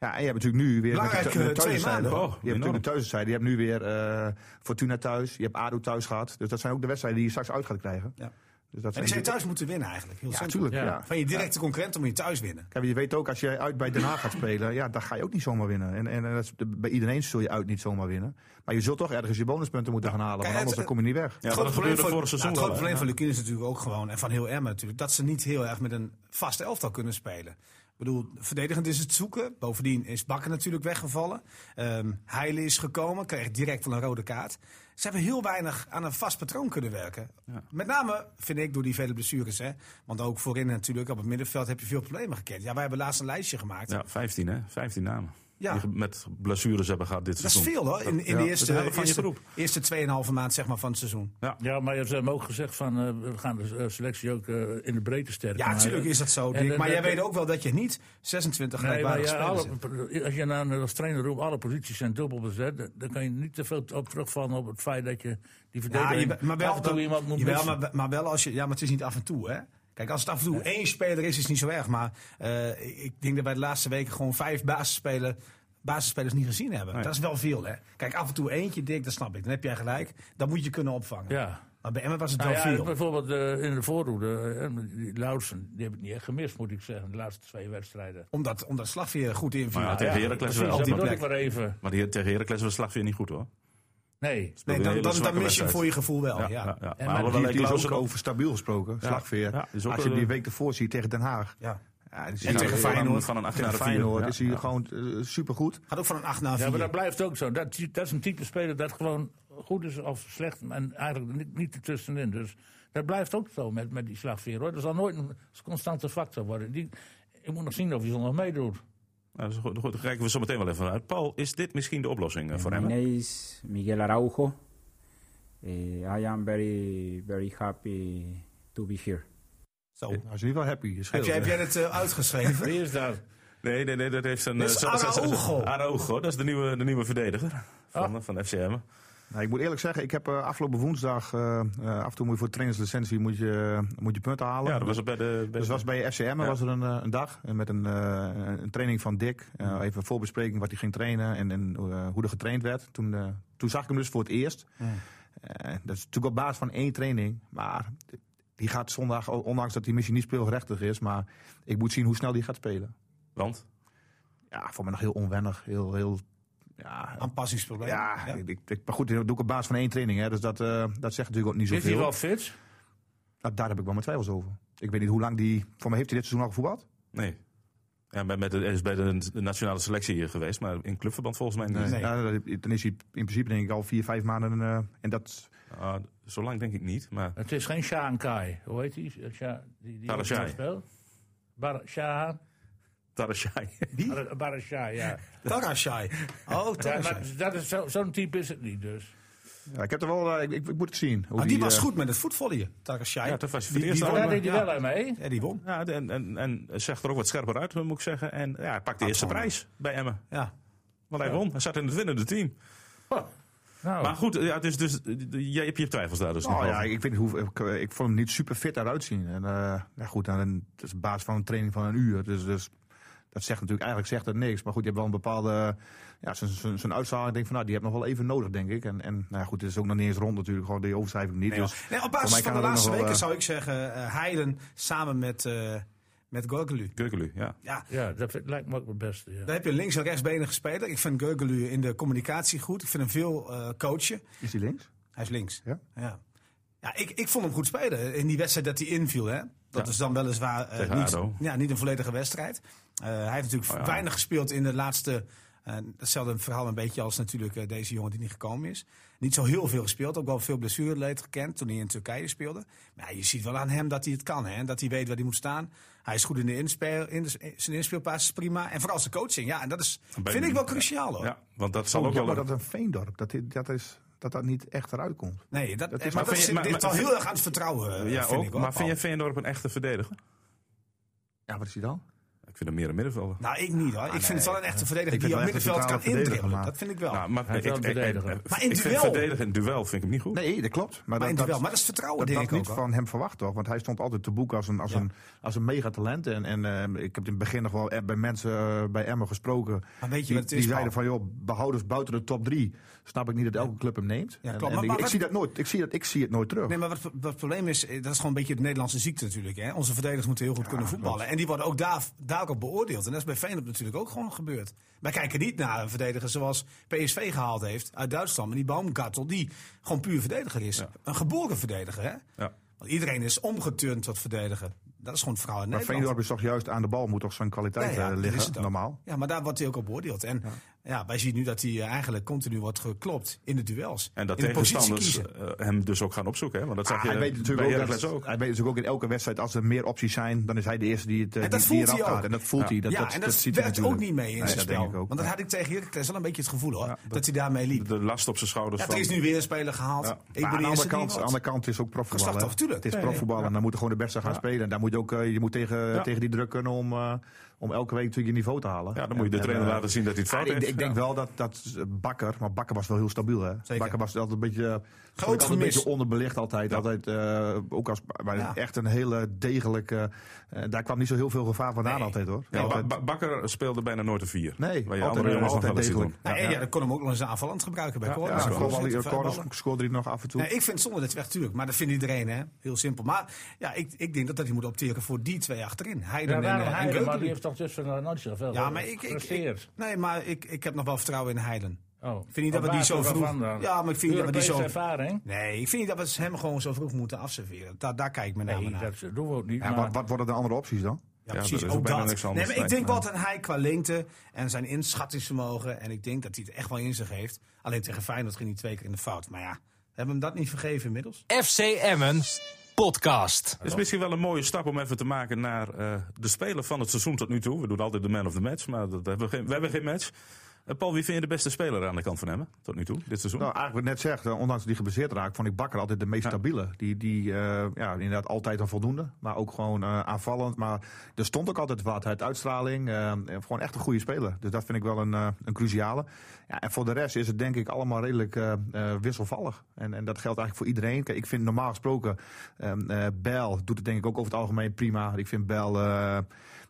S6: Ja, en je hebt natuurlijk nu weer
S4: Belangrijk,
S6: met de thu-
S4: eh,
S6: de
S4: twee
S6: thuiszijde.
S4: maanden.
S2: Oh,
S6: je hebt natuurlijk
S2: enorm.
S6: de thuiszijde. Je hebt nu weer eh, Fortuna thuis. Je hebt ADO thuis gehad. Dus dat zijn ook de wedstrijden die je straks uit gaat krijgen.
S4: Ja.
S6: Dus dat
S4: En die
S6: zijn
S4: zou je
S6: die-
S4: thuis moeten winnen eigenlijk. Heel
S6: Ja,
S4: simpel.
S6: natuurlijk.
S3: Ja.
S6: ja.
S4: Van je directe concurrenten moet je thuis winnen.
S6: Kijk, je weet ook, als je uit bij Den Haag gaat spelen, ja, dan ga je ook niet zomaar winnen. En, en, en dat is- bij iedereen zul je uit niet zomaar winnen. Maar je zult toch ergens je bonuspunten moeten gaan halen,
S4: kijk,
S6: want anders
S4: het-
S6: dan kom je niet weg.
S2: Ja, dat gebeurde vorig
S4: van, nou,
S2: seizoen
S4: het
S2: wel,
S4: grote
S2: hè?
S4: probleem van Lukien is natuurlijk ook gewoon, en van heel Emmen natuurlijk, dat ze niet heel erg met een vast elftal kunnen spelen. Ik bedoel, verdedigend is het zoeken. Bovendien is Bakker natuurlijk weggevallen. Ehm Heile is gekomen, kreeg direct al een rode kaart. Ze hebben heel weinig aan een vast patroon kunnen werken. Met name, vind ik, door die vele blessures. Hè? Want ook voorin natuurlijk, op het middenveld heb je veel problemen gekend. Ja, wij hebben laatst een lijstje gemaakt.
S2: Ja, 15 hè, 15 namen.
S4: Ja.
S2: die ge- met blessures hebben gehad dit
S4: Dat is
S2: seizoen.
S4: veel hoor, in, in
S2: Ja,
S4: de
S2: dat is
S4: eerste,
S2: wel van je
S4: eerste,
S2: groep.
S4: eerste 2,5 maand zeg maar, van het seizoen.
S3: Ja, maar je hebt hem ook gezegd van eh, we gaan de eh, selectie ook eh, in de breedte sterken.
S4: Ja,
S3: Maar,
S4: natuurlijk
S3: eh,
S4: is dat zo,
S3: en
S4: Dick.
S3: dan-
S4: Maar jij
S3: dan-
S4: weet ook wel dat je niet 26
S3: Nee, maar
S4: gelijkwaardige
S3: ja,
S4: spelers
S3: alle-
S4: hebt.
S3: als je naar als trainer roept, alle posities zijn dubbel bezet, dan- dan kan je niet te veel op terugvallen op het feit dat je die
S4: Ja,
S3: verdediging
S4: je, maar wel,
S3: af en toe
S4: dat-
S3: iemand moet
S4: jawel,
S3: missen.
S4: maar, maar wel als je. Ja, maar het is niet af en toe, hè? Kijk, als het af en toe één speler is, is het niet zo erg. Maar eh, ik denk dat wij de laatste weken gewoon vijf basisspelers, basisspelers niet gezien hebben. Dat is wel veel, hè? Kijk, af en toe eentje, Dick, dat snap ik. Dan heb jij gelijk. Dat moet je kunnen opvangen.
S3: Ja.
S4: Maar bij Emmen was het
S3: Nou
S4: wel
S3: ja,
S4: veel.
S3: bijvoorbeeld eh, in de voorhoede, eh, die Lauwersen, die heb ik niet echt gemist, moet ik zeggen, de laatste twee wedstrijden.
S4: Omdat, omdat Slagveer goed inviel.
S2: Maar ja, tegen Heracles
S3: Dus
S2: wel.
S3: dat
S4: die
S3: bedoel
S2: maar-
S4: plek.
S3: ik maar even.
S2: Maar die, tegen Heracles was slag weer niet goed
S4: Oh,
S2: hoor.
S3: Nee.
S4: Nee,
S2: Een
S4: dan,
S2: hele
S4: dan, dan
S2: zwakke
S4: mis je hem
S2: wedstrijd.
S4: voor je gevoel wel. Ja, ja.
S2: Maar
S3: En maar
S2: alhoewel
S6: Dus Die,
S2: ik
S6: die is
S2: Lauwersen
S6: ook
S2: ook-
S6: over stabiel gesproken, slagveer.
S2: Ja, is ook
S6: Als je
S2: wel-
S6: die week ervoor ziet tegen Den Haag. Ja, die is
S2: En
S6: hij-
S4: tegen
S6: van-
S2: Feyenoord. Van een acht
S6: tegen
S2: naar de vier.
S6: Feyenoord
S2: Ja,
S6: is hij
S2: ja.
S6: gewoon eh, supergoed.
S4: Gaat ook van een 8 naar 4.
S3: Ja, maar dat blijft ook zo. Dat, dat is een type speler dat gewoon goed is of slecht. En eigenlijk niet, niet ertussenin. Dus dat blijft ook zo met, met die slagveer. Hoor. Dat zal nooit een constante factor worden. Die, ik moet nog zien of hij nog meedoet.
S2: Nou, dat is goed, goed, daar kijken we zo meteen wel even uit. Paul, is dit misschien de oplossing eh, voor
S7: My
S2: hem?
S7: name is Miguel Araujo. Eh, I am very, very happy to be here.
S4: Zo.
S6: Hij Nou, is nu wel happy. je
S4: Heb
S6: scheelt,
S4: jij, heb
S6: hè.
S4: jij het eh, uitgeschreven?
S3: Wie is dat?
S2: Nee, nee, nee, dat heeft een...
S4: Dat is
S2: eh, zo- zo- zo-
S4: Araujo.
S2: Araujo, dat is de nieuwe, de nieuwe verdediger van, eh, van FCM.
S6: Nou, ik moet eerlijk zeggen, ik heb eh, afgelopen woensdag, eh, eh, af en toe moet je voor de trainerslicentie moet je, eh, moet je punten halen.
S2: Ja, dat was ook bij de... Bij
S6: Dus was bij FCM
S2: Ja.
S6: was er een, eh, een dag eh, met een, eh, een training van Dick. Eh, even een voorbespreking wat hij ging trainen en, en eh, hoe er getraind werd. Toen, eh, toen zag ik hem dus voor het eerst. Eh, dat is natuurlijk op basis van één training. Maar die gaat zondag, o- ondanks dat hij misschien niet speelgerechtig is, maar ik moet zien hoe snel die gaat spelen.
S2: Want?
S6: Ja, voor mij nog heel onwennig. Heel, heel, ja,
S4: Aanpassingsprobleem.
S6: ja, Ik, ik, ik- maar goed, dat doe ik op basis van één training. Hè, dus dat, eh, dat zegt natuurlijk ook niet
S3: Is hij
S6: zoveel.
S3: wel fit?
S6: Nou, daar heb ik wel mijn twijfels over. Ik weet niet hoe lang die... Voor mij heeft hij dit seizoen al gevoetbald.
S2: Nee. Ja, bij, met de, hij is bij de, de nationale selectie hier geweest, maar in clubverband volgens mij niet.
S4: Nee.
S6: Ja, dat- dan is hij in principe denk ik al vier, vijf maanden. eh, en dat,
S2: Ah, zo lang denk ik niet, maar...
S3: Het is geen Sjaan Kai. Hoe heet die? Eh, Sja- die, die
S2: Barashai.
S3: die speelt? Bar Sjaan?
S2: Tarasjai.
S3: Bar- Barashai, ja.
S4: Tarashai. Oh,
S3: ja
S4: Tarashai.
S3: maar dat is zo- Zo'n type is het niet dus.
S6: ja, ik heb er wel... eh, ik, ik- ik moet het zien. Hoe
S4: Maar die,
S6: die,
S4: was
S6: eh,
S4: goed met het voetvolleyen, Takashai.
S2: Ja, dat was voor het eerst
S3: Maar
S2: al.
S3: daar
S4: won,
S3: deed hij
S4: ja.
S3: wel aan mee.
S4: Ja, die won.
S2: Ja, en, en, en zegt er ook wat scherper uit, moet ik zeggen. En ja, hij pakt de eerste prijs bij Emmen.
S4: Ja.
S2: Want hij won. Hij zat in het winnende team.
S3: Nou,
S2: Maar goed, ja, het is dus, jij hebt je twijfels daar dus nog
S6: Nou ja,
S2: over.
S6: ik, weet niet hoe, ik, eh, ik vond hem niet super fit eruit zien. En, eh, ja, goed, dan, een- het is op basis van een training van een uur. Dus, dus dat zegt natuurlijk eigenlijk zegt dat niks. Maar goed, je hebt wel een bepaalde... eh, Ja, zijn- zijn zijn uitstraling. Ik denk van, nou, die heb nog wel even nodig, denk ik. En, en nou ja, goed, het is ook nog niet eens rond natuurlijk. Gewoon, die overdrijf ik niet.
S4: Nee,
S6: dus,
S4: nee, op
S6: voor
S4: basis
S6: mij
S4: van
S6: kan
S4: de
S6: er ook
S4: laatste
S6: nog wel,
S4: weken
S6: eh,
S4: zou ik zeggen, eh Heiden samen met, eh met Gorgelu.
S2: Keukenlu, ja.
S4: Ja,
S3: ja, dat vind- lijkt me ook het beste. Ja.
S4: dan heb je links- en rechtsbenige speler. Ik vind Gorgelu in de communicatie goed. Ik vind hem veel eh, coachen.
S6: Is die links?
S4: Hij is links.
S6: Ja?
S4: Ja, ja ik, ik vond hem goed spelen in die wedstrijd dat hij inviel. Hè? Dat
S2: Ja.
S4: is dan weliswaar eh,
S2: Tegen
S4: niet,
S2: ADO.
S4: ja, niet een volledige wedstrijd. Eh, hij heeft natuurlijk
S2: Oh ja.
S4: weinig gespeeld in de laatste... eh, hetzelfde verhaal een beetje als natuurlijk eh, deze jongen die niet gekomen is. Niet zo heel veel gespeeld. Ook wel veel blessureleed gekend toen hij in Turkije speelde. Maar ja, je ziet wel aan hem dat hij het kan. Hè? en Dat hij weet waar hij moet staan. Hij is goed in, de inspel, in de, zijn inspeelpaas is prima. En vooral zijn coaching. Ja, en dat is,
S2: Bij-
S4: vind ik wel cruciaal hoor.
S2: Ja, want dat zal ook wel...
S6: Oh, maar dat een veendorp, dat, dit- dat, is, dat dat niet echt eruit komt.
S4: Nee, dat, eh,
S6: Dat
S4: maar
S6: is-
S2: maar
S4: dat
S2: vind je-
S4: zit-
S2: maar-
S4: ligt
S2: maar-
S4: wel heel erg aan het vertrouwen. eh,
S2: ja,
S4: vind
S2: ook.
S4: ik, hoor,
S2: maar
S4: Paul.
S2: vind jij Veendorp een echte verdediger?
S6: Ja, wat is die dan?
S2: Ik vind hem meer een middenvelder.
S4: Nou, ik niet hoor. ik vind het wel een echte verdediger
S6: Ah, Ik
S4: die
S6: vind
S4: op
S6: het wel
S4: middenveld
S6: echt een
S4: kan indribbelen.
S6: centrale verdediger, maar-
S4: Dat vind ik wel.
S2: Nou, maar
S3: Hij is wel een verdediger.
S4: Maar in
S2: ik vind
S4: duel-
S2: verdedigen in duel vind ik hem niet goed.
S6: Nee, dat klopt. Maar,
S4: maar,
S6: dat,
S4: in duel.
S6: dat-
S4: maar dat is vertrouwen,
S6: dat
S4: denk
S6: was
S4: ik
S6: niet
S4: ook, hoor.
S6: van hem verwacht, toch? Want hij stond altijd te boek als een, als
S4: Ja.
S6: een, als een megatalent. En, en eh, ik heb in het begin nog wel eh, bij mensen eh, bij Emmen gesproken.
S4: Maar weet je
S6: die,
S4: wat het is,
S6: die zeiden
S4: Paul?
S6: van, joh, behouders buiten de top drie. Snap ik niet dat elke club hem neemt.
S4: Ja,
S6: En-
S4: klopt.
S6: en
S4: Maar-
S6: ik-
S4: maar
S6: ik,
S4: wat-
S6: zie dat nooit, ik, zie dat, ik zie het nooit terug.
S4: Nee, maar wat, wat het probleem is, eh, dat is gewoon een beetje de Nederlandse ziekte natuurlijk. Hè? Onze verdedigers moeten heel goed kunnen voetballen. En die worden ook daar, daarop beoordeeld. En dat is bij Feyenoord natuurlijk ook gewoon gebeurd. Wij kijken niet naar een verdediger zoals PSV gehaald heeft uit Duitsland. Maar die Baumgartel, die gewoon puur verdediger is. Een geboren verdediger, hè?
S2: Ja.
S4: Want iedereen is omgeturnd tot verdediger. Dat is gewoon het verhaal in
S6: maar
S4: Nederland.
S6: Veendorp is toch juist aan de bal, moet toch zijn kwaliteit
S4: Ja, ja,
S6: eh,
S4: dat is
S6: liggen,
S4: het ook.
S6: normaal.
S4: Ja, maar daar wordt hij ook op beoordeeld. En Ja, wij zien nu dat hij eh, eigenlijk continu wordt geklopt in de duels.
S2: En dat
S4: in de positie
S2: tegenstanders
S4: kiezen.
S2: eh, hem dus ook gaan opzoeken. Hè? Want dat zag
S6: Ah,
S2: je
S6: hij, weet
S2: bij
S6: natuurlijk ook
S2: Heracles
S6: dat,
S2: ook.
S6: hij weet natuurlijk ook in elke wedstrijd, als er meer opties zijn, dan is hij de eerste die het eh,
S4: En
S6: die-
S4: dat
S6: die
S4: voelt hij
S6: eraf gaat.
S4: ook.
S6: En dat voelt hij. Dat,
S4: ja,
S6: dat,
S4: en
S6: dat
S4: dat,
S6: ziet hij
S4: werkt ook
S6: natuurlijk.
S4: niet mee in
S6: Nee,
S4: zijn
S6: dat
S4: spel.
S6: denk ik ook.
S4: Want dat had ik tegen Heracles wel een beetje het gevoel hoor. dat hij daarmee liep.
S2: De last op zijn schouders.
S4: Ja, er
S2: van-
S4: is nu weer een speler gehaald.
S6: Ja.
S4: Ik ben
S6: maar aan
S4: de
S6: de
S4: eerste die
S6: andere kant, aan de
S4: wordt.
S6: andere kant is ook profvoetbal.
S4: Geslacht
S6: hè.
S4: af, tuurlijk.
S6: Het is profvoetbal en dan moeten gewoon de beste gaan spelen. En daar moet je ook, eh, je moet tegen, tegen die druk kunnen om, eh, om elke week natuurlijk je niveau te halen.
S2: Ja, dan moet je de
S6: En,
S2: trainer
S6: eh,
S2: laten zien dat hij het fout
S6: ah, ik,
S2: heeft.
S6: ik denk
S2: Ja.
S6: wel dat, dat Bakker, maar Bakker was wel heel stabiel. Hè?
S4: Zeker.
S6: Bakker was altijd een beetje, vond ik altijd een
S4: gemis.
S6: beetje onderbelicht altijd. altijd eh, ook als, maar
S4: Ja.
S6: echt een hele degelijke, eh, daar kwam niet zo heel veel gevaar vandaan
S4: Nee.
S6: altijd hoor.
S2: Ja, Ba-
S6: Altijd-
S2: Ba- Bakker speelde bijna nooit een vier.
S6: Nee,
S2: waar je
S6: altijd- eh,
S2: andere jongens nog
S6: altijd
S2: wel eens ziet
S6: degelijk.
S2: doen.
S4: Nou, en ja, dan kon hem ook nog eens aanvallend gebruiken bij
S6: ja,
S4: Corners.
S6: ja,
S4: Corners
S6: Corval-
S4: met de vijf
S6: Corval-
S4: ballen.
S6: scoorde hij nog af en toe.
S4: Nee, ik vind het zonde dat het weg, tuurlijk. Maar dat vindt iedereen, hè? Heel simpel. Maar ja, ik, ik denk dat, dat hij moet opteren voor die twee achterin. Heiden
S3: Ja,
S4: en,
S3: daarom
S4: eh, en
S3: hij, maar
S4: Geuken.
S3: die heeft toch tussen een notje wel
S4: Ja, maar ik, ik, ik,
S3: gepresteerd.
S4: nee, maar ik, ik heb nog wel vertrouwen in Heiden.
S3: oh.
S4: vind niet dat
S3: Op
S4: we die zo
S3: basis
S4: vroeg-
S3: waarvan dan?
S4: Ja, maar ik vind niet dat we die zo-
S3: Europese ervaring?
S4: Nee, ik vind niet dat we hem gewoon zo vroeg moeten afserveren. Daar, daar kijk ik met name
S3: Nee,
S4: naar.
S3: dat doen we ook niet.
S6: Ja,
S3: maar-
S6: wat, wat worden de andere opties dan?
S4: Ja,
S2: Ja,
S4: precies.
S2: dat is
S4: ook
S2: ook bijna
S4: dat.
S2: niks anders.
S4: Nee, maar ik
S2: Nee.
S4: denk wel dat hij qua lengte en zijn inschattingsvermogen. En ik denk dat hij het echt wel in zich heeft. Alleen tegen Feyenoord ging hij twee keer in de fout. Maar ja, hebben we hem dat niet vergeven inmiddels?
S1: FC Emmen podcast.
S2: Het is misschien wel een mooie stap om even te maken naar eh, de speler van het seizoen tot nu toe. We doen altijd de man of the match, maar dat hebben we, geen, we hebben geen match. Eh, Paul, wie vind je de beste speler aan de kant van Emmen tot nu toe, dit seizoen?
S6: Nou, eigenlijk wat ik net zeg, eh, ondanks dat hij geblesseerd raakt, vond ik Bakker altijd de meest stabiele. Die, die eh, ja, inderdaad altijd een voldoende, maar ook gewoon eh, aanvallend. Maar er stond ook altijd wat uit uitstraling. eh, en gewoon echt een goede speler. Dus dat vind ik wel een, eh, een cruciale. Ja, en voor de rest is het denk ik allemaal redelijk eh, eh, wisselvallig. En, en dat geldt eigenlijk voor iedereen. Kijk, ik vind normaal gesproken, ehm eh, Bijl doet het denk ik ook over het algemeen prima. Ik vind Bijl... eh,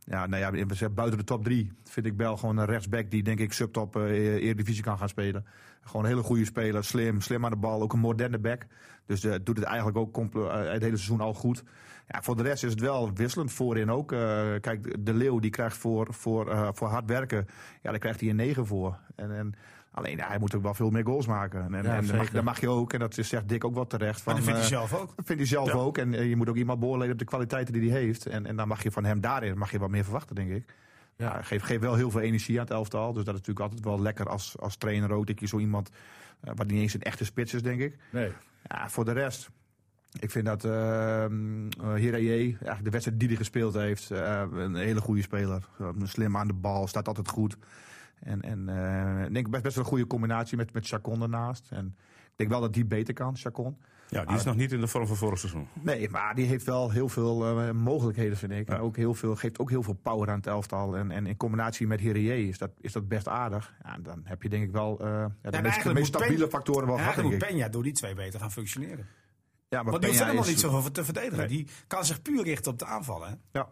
S6: ja, nou ja, we zeggen buiten de top drie vind ik Bel gewoon een rechtsback die denk ik subtop eh Eredivisie kan gaan spelen. Gewoon een hele goede speler, slim, slim aan de bal, ook een moderne back. Dus eh, doet het eigenlijk ook comple- eh, het hele seizoen al goed. Ja, voor de rest is het wel wisselend voorin ook. Eh, kijk, De Leeuw die krijgt voor, voor, eh, voor hard werken, ja, daar krijgt hij een 9 voor. En, en, alleen ja, hij moet ook wel veel meer goals maken. En, en,
S3: Ja,
S6: en dat, mag,
S3: zeker.
S6: dat mag je ook, en dat is- zegt Dick ook wel terecht.
S4: Maar dat vindt hij
S6: eh,
S4: zelf ook.
S6: dat vind hij zelf ook. En eh, je moet ook iemand beoordelen op de kwaliteiten die hij heeft. En, en dan mag je van hem daarin mag je wat meer verwachten, denk ik. Ja. geeft, geeft wel heel veel energie aan het elftal. Dus dat is natuurlijk altijd wel lekker als, als trainer ook. Dat je zo iemand, eh, wat niet eens een echte spits is, denk ik.
S3: Nee.
S6: Ja, voor de rest. Ik vind dat eh eh, Hiraye, eigenlijk de wedstrijd die hij gespeeld heeft, eh, een hele goede speler. Eh, Slim aan de bal, staat altijd goed. En, en eh, ik denk best, best wel een goede combinatie met, met Chacon ernaast. En ik denk wel dat die beter kan, Chacon.
S2: ja, die is nog niet in de vorm van vorig seizoen.
S6: Nee, maar die heeft wel heel veel eh, mogelijkheden, vind ik.
S2: Ja.
S6: En ook heel veel, geeft ook heel veel power aan het elftal. En, en in combinatie met Hirier is dat, is dat best aardig. Ja, en dan heb je denk ik wel eh, ja, de
S4: maar
S6: meest, de
S4: eigenlijk
S6: meest
S4: moet Pen-
S6: stabiele factoren wel gehad,
S4: Eigenlijk moet
S6: denk ik.
S4: Penja door die twee beter gaan functioneren.
S6: ja, maar
S4: Want die hoeft
S6: Peña
S4: helemaal
S6: is-
S4: niet zoveel voor te verdedigen.
S6: Nee.
S4: Die kan zich puur richten op de aanvallen. hè?
S6: Ja,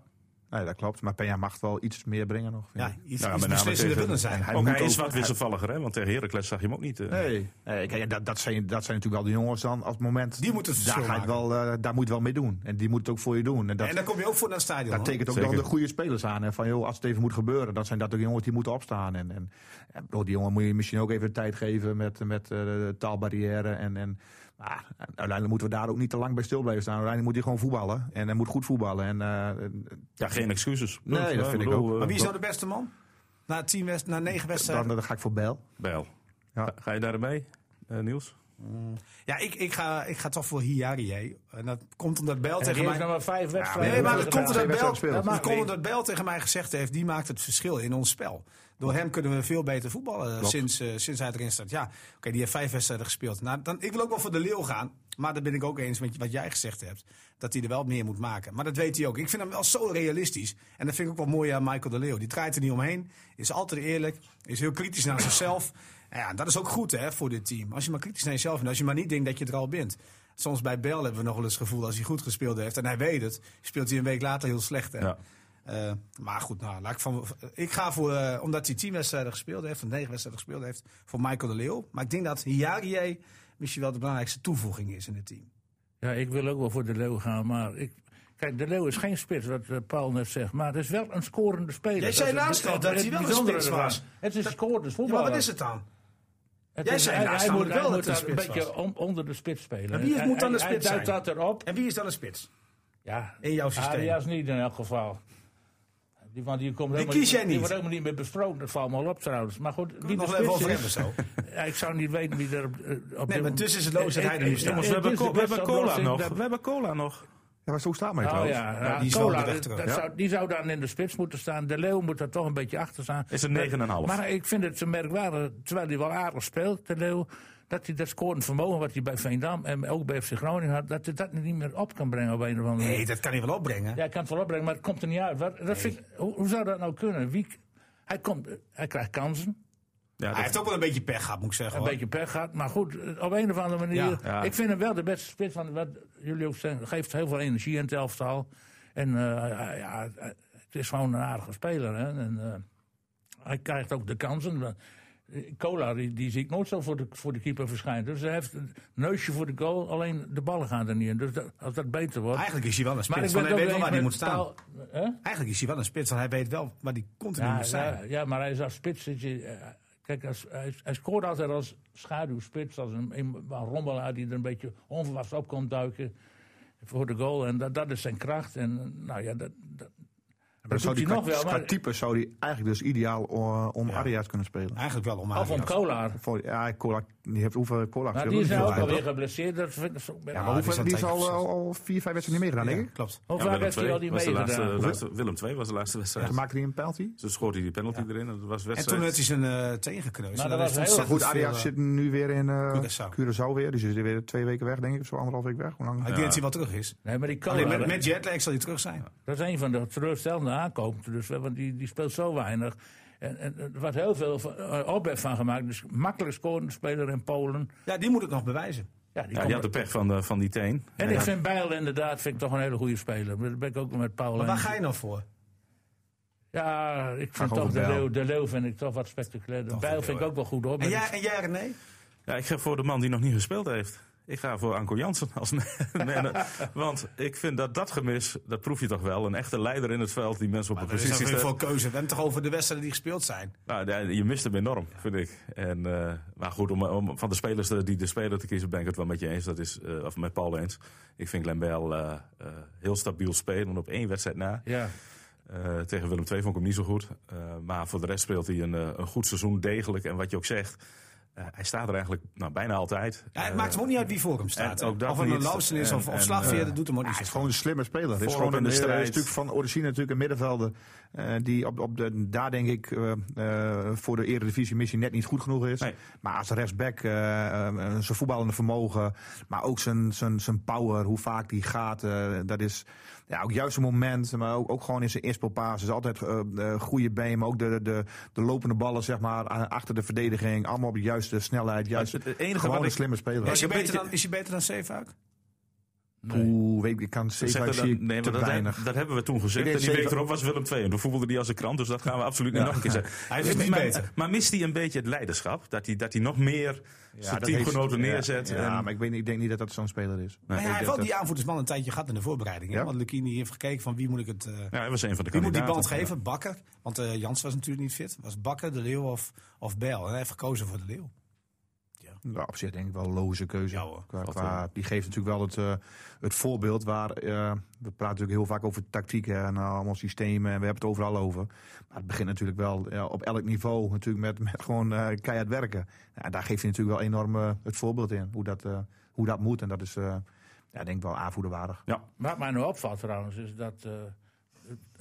S6: nee, dat klopt. Maar Peña mag wel iets meer brengen nog. vind
S4: Ja,
S6: ik.
S4: iets,
S2: Ja,
S4: iets
S2: met name
S4: beslissender
S2: tegen-
S4: willen zijn.
S6: en hij
S2: ook
S6: moet
S2: hij is
S6: ook-
S2: wat wisselvalliger, hè? want tegen Heracles zag je hem ook niet. eh.
S6: Nee, nee kijk, ja, dat, dat, zijn, dat zijn natuurlijk wel de jongens dan op het moment.
S4: Die moeten het
S6: daar,
S4: verschil
S6: ga je het wel, eh, daar moet je wel mee doen. En die moet het ook voor je doen. En dat,
S4: En dan kom je ook voor naar het stadion.
S6: Dat
S4: hoor.
S6: tekent ook
S2: Zeker.
S6: dan de goede spelers aan. En van joh, als het even moet gebeuren, dan zijn dat ook jongens die moeten opstaan. En, en, en bedoel, die jongen moet je misschien ook even de tijd geven met, met eh, de taalbarrière. En, en, maar uiteindelijk moeten we daar ook niet te lang bij stil blijven staan. Uiteindelijk moet hij gewoon voetballen. En hij moet goed voetballen. En, eh, en-
S2: Ja, geen excuses.
S6: Nee, dat vind ik ook.
S2: eh,
S4: maar wie is nou de beste man? Na, tien wedst- na negen wedstrijden?
S6: dan, dan ga ik voor Bijl.
S2: Bijl.
S6: Ja.
S2: Ga- Ga je daarmee, eh Niels?
S4: Ja, ik, ik, ga, ik ga toch voor Hiarie. En dat komt omdat Bel
S3: En die
S4: tegen
S3: heeft
S4: mij...
S3: nog maar vijf wedstrijden.
S4: Nee, maar dat
S3: gedaan.
S4: komt
S6: Twee
S4: omdat Bel,
S6: wedstrijden gespeeld.
S4: dat
S3: Dat
S4: komt
S3: maakt
S4: omdat Bel tegen mij gezegd heeft, die maakt het verschil in ons spel. Door hem kunnen we veel beter voetballen sinds, eh, sinds hij erin staat. Ja, oké, die heeft vijf wedstrijden gespeeld. Nou, dan, ik wil ook wel voor de Leeuw gaan, maar daar ben ik ook eens met wat jij gezegd hebt. Dat hij er wel meer moet maken. Maar dat weet hij ook. Ik vind hem wel zo realistisch. En dat vind ik ook wel mooi aan Michael de Leeuw. Die draait er niet omheen, is altijd eerlijk, is heel kritisch naar zichzelf. En Ja, dat is ook goed hè, voor dit team. Als je maar kritisch naar jezelf en als je maar niet denkt dat je er al bent. Soms bij Bel hebben we nog wel eens het gevoel als hij goed gespeeld heeft. En hij weet het, speelt hij een week later heel slecht. Hè?
S2: Ja.
S4: Eh, maar goed, nou, laat ik, van, ik ga voor, eh, omdat hij tien wedstrijden gespeeld heeft, of negen wedstrijden gespeeld heeft, voor Michael de Leeuw. Maar ik denk dat Hiarie misschien wel de belangrijkste toevoeging is in het team.
S3: Ja, ik wil ook wel voor de Leeuw gaan, maar ik... Kijk, de Leeuw is geen spits, wat eh, Paul net zegt, maar het is wel een scorende speler.
S4: Jij zei
S3: Dat is
S4: laatst
S3: het-
S4: al dat
S3: het
S4: hij wel een
S3: bijzondere
S4: spits was.
S3: ervan. Het is een scorende
S4: Ja, maar
S3: voetballer.
S4: wat is het dan?
S3: Het
S4: Jij
S3: is-
S4: zei
S3: hij-
S4: laatst
S3: hij
S4: namelijk
S3: moet,
S4: wel
S3: hij
S4: dat
S3: moet
S4: het
S3: daar
S4: een
S3: een
S4: spits
S3: beetje om- onder de spits spelen.
S4: Maar wie
S3: Hij-
S4: moet dan de
S3: hij-
S4: spits
S3: Hij duikt
S4: zijn?
S3: dat erop.
S4: En wie is dan een spits?
S3: Ja, Ah,
S4: In jouw systeem.
S3: Arias niet in elk geval. Die, want die, komt helemaal
S4: kies jij
S3: Die
S4: niet.
S3: wordt helemaal niet meer besproken. Dat valt me al op trouwens. Maar goed, die
S4: nog even over hebben
S3: is...
S4: zo.
S3: Ja, ik zou niet weten wie er op, eh, op
S4: Nee,
S3: dit
S4: maar
S3: moment-
S4: tussen is het loos dat hij er nu
S3: Eh, eh,
S4: staat.
S3: eh,
S2: Jongens, we
S3: het
S2: hebben,
S3: is
S2: co-
S3: de
S2: we hebben
S3: beste
S2: cola
S3: oplossing
S2: nog.
S3: dat-
S2: We hebben cola nog.
S6: Ja, maar zo staat mij
S3: Oh
S6: trouwens.
S3: ja, ja,
S4: die is wel
S3: Cola,
S4: de weg
S3: dat-
S4: terug.
S3: dat
S4: Ja.
S3: zou, die zou dan in de spits moeten staan. De Leeuw moet er toch een beetje achter staan.
S2: Is een
S3: Dat-
S2: 9,5.
S3: Maar ik vind het zo merkwaardig, terwijl hij wel aardig speelt, de Leeuw... dat hij dat scorend vermogen wat hij bij Veendam en ook bij FC Groningen had... dat hij dat niet meer op kan brengen op een of andere manier.
S4: Nee, dat kan hij wel opbrengen.
S3: Ja, hij kan het wel opbrengen, maar het komt er niet uit. Wat, dat vind ik- hoe, hoe zou dat nou kunnen? Wie, hij, komt, hij krijgt kansen,
S2: Ja,
S4: Hij
S2: dat-
S4: heeft ook wel een beetje pech gehad, moet ik zeggen.
S3: een
S4: hoor.
S3: beetje pech gehad. Maar goed, eh, op een of andere manier.
S4: Ja,
S2: ja.
S3: Ik vind hem wel de beste spits. Want wat jullie ook zeggen, geeft heel veel energie in het elftal. En eh, ja, het is gewoon een aardige speler. Hè? En, eh, hij krijgt ook de kansen. eh, Cola, die, die zie ik nooit zo voor de, voor de keeper verschijnen. Dus hij heeft een neusje voor de goal, alleen de ballen gaan er niet in. Dus dat- als dat beter wordt...
S4: Eigenlijk is hij wel een
S3: Maar
S4: spits, want hij
S3: het
S4: weet
S3: ook
S4: wel waar hij moet
S3: eens met
S4: staan.
S3: Taal- hè?
S4: Eigenlijk is hij wel een spits, want hij weet wel waar hij continu
S3: Ja,
S4: moet zijn.
S3: ja, ja, maar hij is als spits. dat je, eh, kijk, als, hij, hij scoort altijd als schaduwspits. Als een, een rommelaar die er een beetje onverwachts op komt duiken voor de goal. En dat, dat is zijn kracht. En eh, nou ja, dat, dat,
S6: Dan
S3: dat
S6: zou
S3: doet hij
S6: die qua,
S3: nog wel.
S6: qua
S3: Maar,
S6: type zou die eigenlijk dus ideaal eh, om Arias kunnen spelen.
S4: Eigenlijk wel om
S3: of om
S4: Arias.
S3: Kolar.
S6: Voor, ja, Kolak, die heeft hoeveel Kolak?
S3: Maar
S6: veel-
S3: die is
S6: veel
S3: nou ook
S6: uit,
S3: alweer
S6: toch?
S3: geblesseerd. Dat vind ik zo-
S6: Maar hoeveel,
S4: die
S6: die,
S4: is
S6: is
S4: al
S6: al,
S4: tijdens-
S6: al, al vier, vijf wedstrijden niet meegedaan,
S4: Ja,
S6: denk ik.
S4: klopt.
S3: Hoe
S2: Ja,
S3: vaak
S2: Willem
S3: heeft hij al
S2: II
S3: die
S2: was de laatste-
S3: meegedaan?
S2: laatste- Willem II was de laatste wedstrijd.
S6: Dan maakte hij een penalty.
S2: Toen scoorde hij die penalty erin. en Dat was
S4: En
S2: wedstrijd.
S4: toen heeft hij zijn eh teen gekneusd.
S3: Maar
S4: En
S3: dat
S4: daar
S3: was
S4: is
S3: heel
S6: Maar goed,
S4: ontzettend veel,
S6: Arias
S4: eh,
S6: zit nu weer in eh,
S4: Curaçao. Ah,
S6: Curaçao weer. Dus is hij weer twee weken weg, denk ik. Of zo anderhalf week weg. Hoe lang?
S4: Ik denk dat hij wel terug is.
S3: Nee, maar die Kolar,
S4: Alleen Oh, met,
S3: hè,
S4: met jetlag zal hij terug zijn.
S3: dat is een van de teleurstellende aankopen. Dus, hè, want die, die speelt zo weinig. En, en er wordt heel veel van- eh, ophef van gemaakt. Dus makkelijk scorende speler in Polen.
S4: Ja, die moet het nog bewijzen.
S3: Ja, die
S2: Ja,
S3: komt
S2: die had de pech van, eh, van die teen.
S3: En
S2: Ja.
S3: ik vind Bijl inderdaad vind ik toch een hele goede speler. Dat ben ik ook met Paul.
S4: Maar waar
S3: eens.
S4: ga je nou voor?
S3: Ja, ik vind
S6: Ga gewoon
S3: toch de
S6: voor Bijl.
S3: leeuw, de leeuw vind ik toch wat spectaculair. De
S4: Toch
S3: Bijl
S4: de
S3: vind ik
S4: Leeuw,
S3: ook wel goed hoor.
S4: En
S3: Maar
S4: jij,
S3: ik-
S4: en jij René?
S2: Ja, ik ga voor de man die nog niet gespeeld heeft. Ik ga voor Anko Jansen als man- man. Want ik vind dat dat gemis, dat proef je toch wel. Een echte leider in het veld die mensen op de
S4: Er is
S2: positie
S4: heel veel
S2: stelt.
S4: keuze. We hebben het toch over de wedstrijden die gespeeld zijn.
S2: Nou, ja, je mist hem enorm, vind ik. En, eh, maar goed, om, om van de spelers te- die de speler te kiezen, ben ik het wel met je eens. Dat is, eh, of met Paul eens. Ik vind Glenn Bell eh, eh, heel stabiel spelen op één wedstrijd na.
S3: ja.
S2: Eh, tegen Willem II vond ik hem niet zo goed. Eh, maar voor de rest speelt hij een, eh, een goed seizoen, degelijk. En wat je ook zegt, eh, hij staat er eigenlijk nou, bijna altijd.
S4: Ja, het
S2: Eh,
S4: maakt hem ook niet uit wie voor hem staat.
S2: en ook dat
S4: of het
S2: niet.
S4: een Lausen is of,
S2: En-
S4: of
S2: en,
S4: Slagveer,
S2: eh,
S4: dat doet hem ook
S6: Ja,
S4: niet
S6: hij is
S4: zo.
S6: gewoon een slimme speler. Hij is
S2: Voorop
S6: gewoon
S2: in
S6: een,
S2: de
S6: eh,
S2: strijd.
S6: een stuk van origine natuurlijk een middenvelder. eh, die op, op de, daar denk ik eh, eh, voor de eredivisie missie net niet goed genoeg is.
S2: Nee.
S6: Maar als rechtsback, eh, eh, zijn voetballende vermogen, maar ook zijn, zijn, zijn power, hoe vaak die gaat. eh, dat is ja, ook juist een moment, maar ook, ook gewoon in zijn inspelpaas. Is altijd eh, eh, goede been, maar ook de, de, de lopende ballen zeg maar, a- achter de verdediging. Allemaal op de juiste snelheid. Juist,
S2: het enige
S6: gewoon
S2: wat
S6: een
S2: ik-
S6: slimme speler.
S2: Ja,
S4: Is hij,
S2: een
S4: beter
S2: beetje-
S4: dan, is hij beter dan Zeefuik?
S6: Oeh, weet ik, ik kan zeker
S2: Zeggen
S6: zie
S2: dan-
S6: ik
S2: nee,
S6: te
S2: maar dat,
S6: weinig.
S2: dat hebben we toen gezegd.
S6: Ik
S2: En
S6: weet
S2: die week
S6: zeker-
S2: erop was Willem II. En toen voelde hij als een krant, dus dat gaan we absoluut niet nog een keer zeggen.
S4: Hij is
S2: Dus
S4: niet
S2: maar,
S4: beter.
S2: Maar mist hij een beetje het leiderschap? Dat hij, dat hij nog meer zijn teamgenoten neerzet?
S6: Ja,
S2: en-
S6: maar ik, weet, niet- ik denk niet dat dat zo'n speler is.
S4: Maar ja, hij
S6: Ik
S4: heeft
S6: denk
S4: wel
S6: dat-
S4: die aanvoerdersman een tijdje gehad in de voorbereiding. hè?
S6: Ja.
S4: Want Lucchini heeft gekeken van wie moet ik het... eh,
S2: ja, hij was een van de
S4: Wie moet die
S2: kandidaten.
S4: band geven? Bakker? Want eh, Jans was natuurlijk niet fit. Was Bakker, De Leeuw of, of Bijl? En hij heeft gekozen voor De Leeuw.
S6: Ja, Nou, op zich denk ik wel een loze keuze.
S4: Ja hoor,
S6: qua,
S2: valt
S6: qua-
S2: wel.
S6: die geeft natuurlijk wel het, eh, het voorbeeld waar... eh, we praten natuurlijk heel vaak over tactiek hè, en eh, allemaal systemen. En we hebben het overal over. Maar het begint natuurlijk wel ja, op elk niveau natuurlijk met, met gewoon eh, keihard werken. Ja, en daar geeft hij natuurlijk wel enorm eh, het voorbeeld in. Hoe dat, eh, hoe dat moet. En dat is eh, ja, denk ik wel aanvoerderwaardig.
S3: Wat mij nou opvalt trouwens is dat... eh,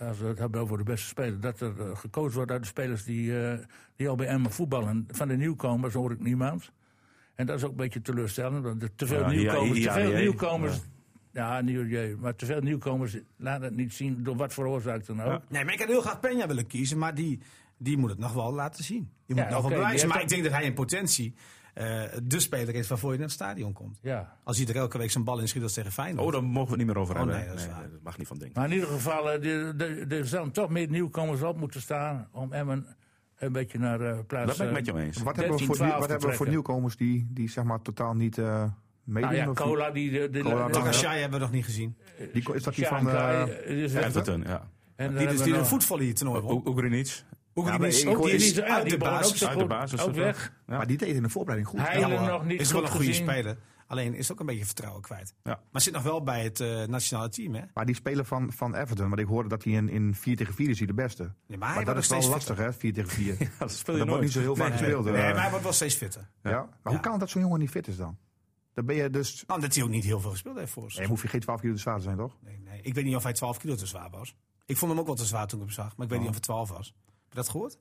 S3: als we het hebben over de beste speler... dat er eh, gekozen wordt uit de spelers die, eh, die al bij Emmen voetballen. Van de nieuwkomers hoor ik niemand. En dat is ook een beetje teleurstellend. Want er te veel
S2: Ja,
S3: nieuwkomers...
S2: ja,
S3: te veel
S2: ja, ja.
S3: nieuwkomers... Ja, nieuw, maar te veel nieuwkomers laten het niet zien door wat voor oorzaak dan ook.
S4: Nee, maar ik had heel graag Peña willen kiezen. Maar die, die moet het nog wel laten zien. Die moet
S3: Ja,
S4: het nog
S3: oké,
S4: wel
S3: die
S4: bewijzen.
S3: heeft
S4: Maar
S3: ook-
S4: ik denk dat hij in potentie eh, de speler is waarvoor je naar het stadion komt.
S3: ja.
S4: Als hij er elke week zijn bal in schiet als tegen Feyenoord.
S2: Oh, daar mogen we het niet meer over
S4: Oh,
S2: hebben.
S4: nee, dat is waar.
S2: mag niet van denken.
S3: Maar in ieder geval, eh, de- de- er zouden toch meer nieuwkomers op moeten staan om Emmen een beetje naar eh plaats...
S2: Dat ben ik
S3: eh,
S2: met jou eens.
S6: Wat hebben we
S3: 13,
S6: voor,
S3: 12
S6: wat
S3: te
S6: hebben we voor
S3: trekken.
S6: nieuwkomers die, die zeg maar totaal niet... eh meedoen?
S3: Nou ja,
S6: Of-
S3: Cola, die... De, de,
S6: Cola,
S3: de-
S6: Taka-
S4: Takashai hebben we nog niet gezien.
S6: Die, is dat die
S3: Sjaan
S6: van... eh,
S3: Kraai, eh, is weg.
S2: Everton, ja.
S3: En eh, dan
S4: Die dus
S3: hebben
S4: die
S3: we
S4: een
S3: nog-
S4: voetvolley toernooi won.
S2: Ook Oegrinic.
S4: Ook
S6: Ja,
S4: die
S6: maar
S4: is
S6: ik
S4: ook
S6: hoor-
S4: die
S3: Die
S4: is
S3: is
S4: uit de
S3: die begon ook
S4: basis.
S3: zo
S2: Uit de
S3: goed.
S2: basis,
S3: Ook
S2: of
S3: weg.
S2: Ja.
S6: Maar die deed in de voorbereiding goed.
S3: Hij-
S6: Ja.
S3: Heilen
S4: hoor.
S3: nog niet
S4: is wel een
S3: goed
S4: goede
S3: gezien.
S4: speler. Alleen is het ook een beetje vertrouwen kwijt.
S6: Ja.
S4: Maar zit nog wel bij het eh, nationale team, hè?
S6: Maar die speler van, van Everton, want ik hoorde dat hij in, in 4 tegen 4 is hij de beste.
S4: maar Ah, hij
S6: maar
S4: wordt
S6: dat
S4: nog
S6: is wel
S4: steeds
S6: lastig, hè, 4 tegen 4. ja,
S2: dat speel je
S6: wordt
S2: nooit.
S6: niet zo heel vaak
S4: Nee,
S6: gespeeld.
S4: nee,
S6: eh.
S4: maar hij wordt wel steeds fitter.
S6: ja. Maar hoe kan het dat zo'n jongen niet fit is dan? Dan ben je dus...
S4: Nou, dat hij ook niet heel veel gespeeld heeft voor ons.
S6: Nee, je hoeft je geen 12 kilo te zwaar te zijn, toch?
S4: Nee, nee. Ik weet niet of hij 12 kilo te zwaar was. Ik vond hem ook wel te zwaar toen ik hem zag, maar ik weet niet of het 12 was. Heb je dat gehoord?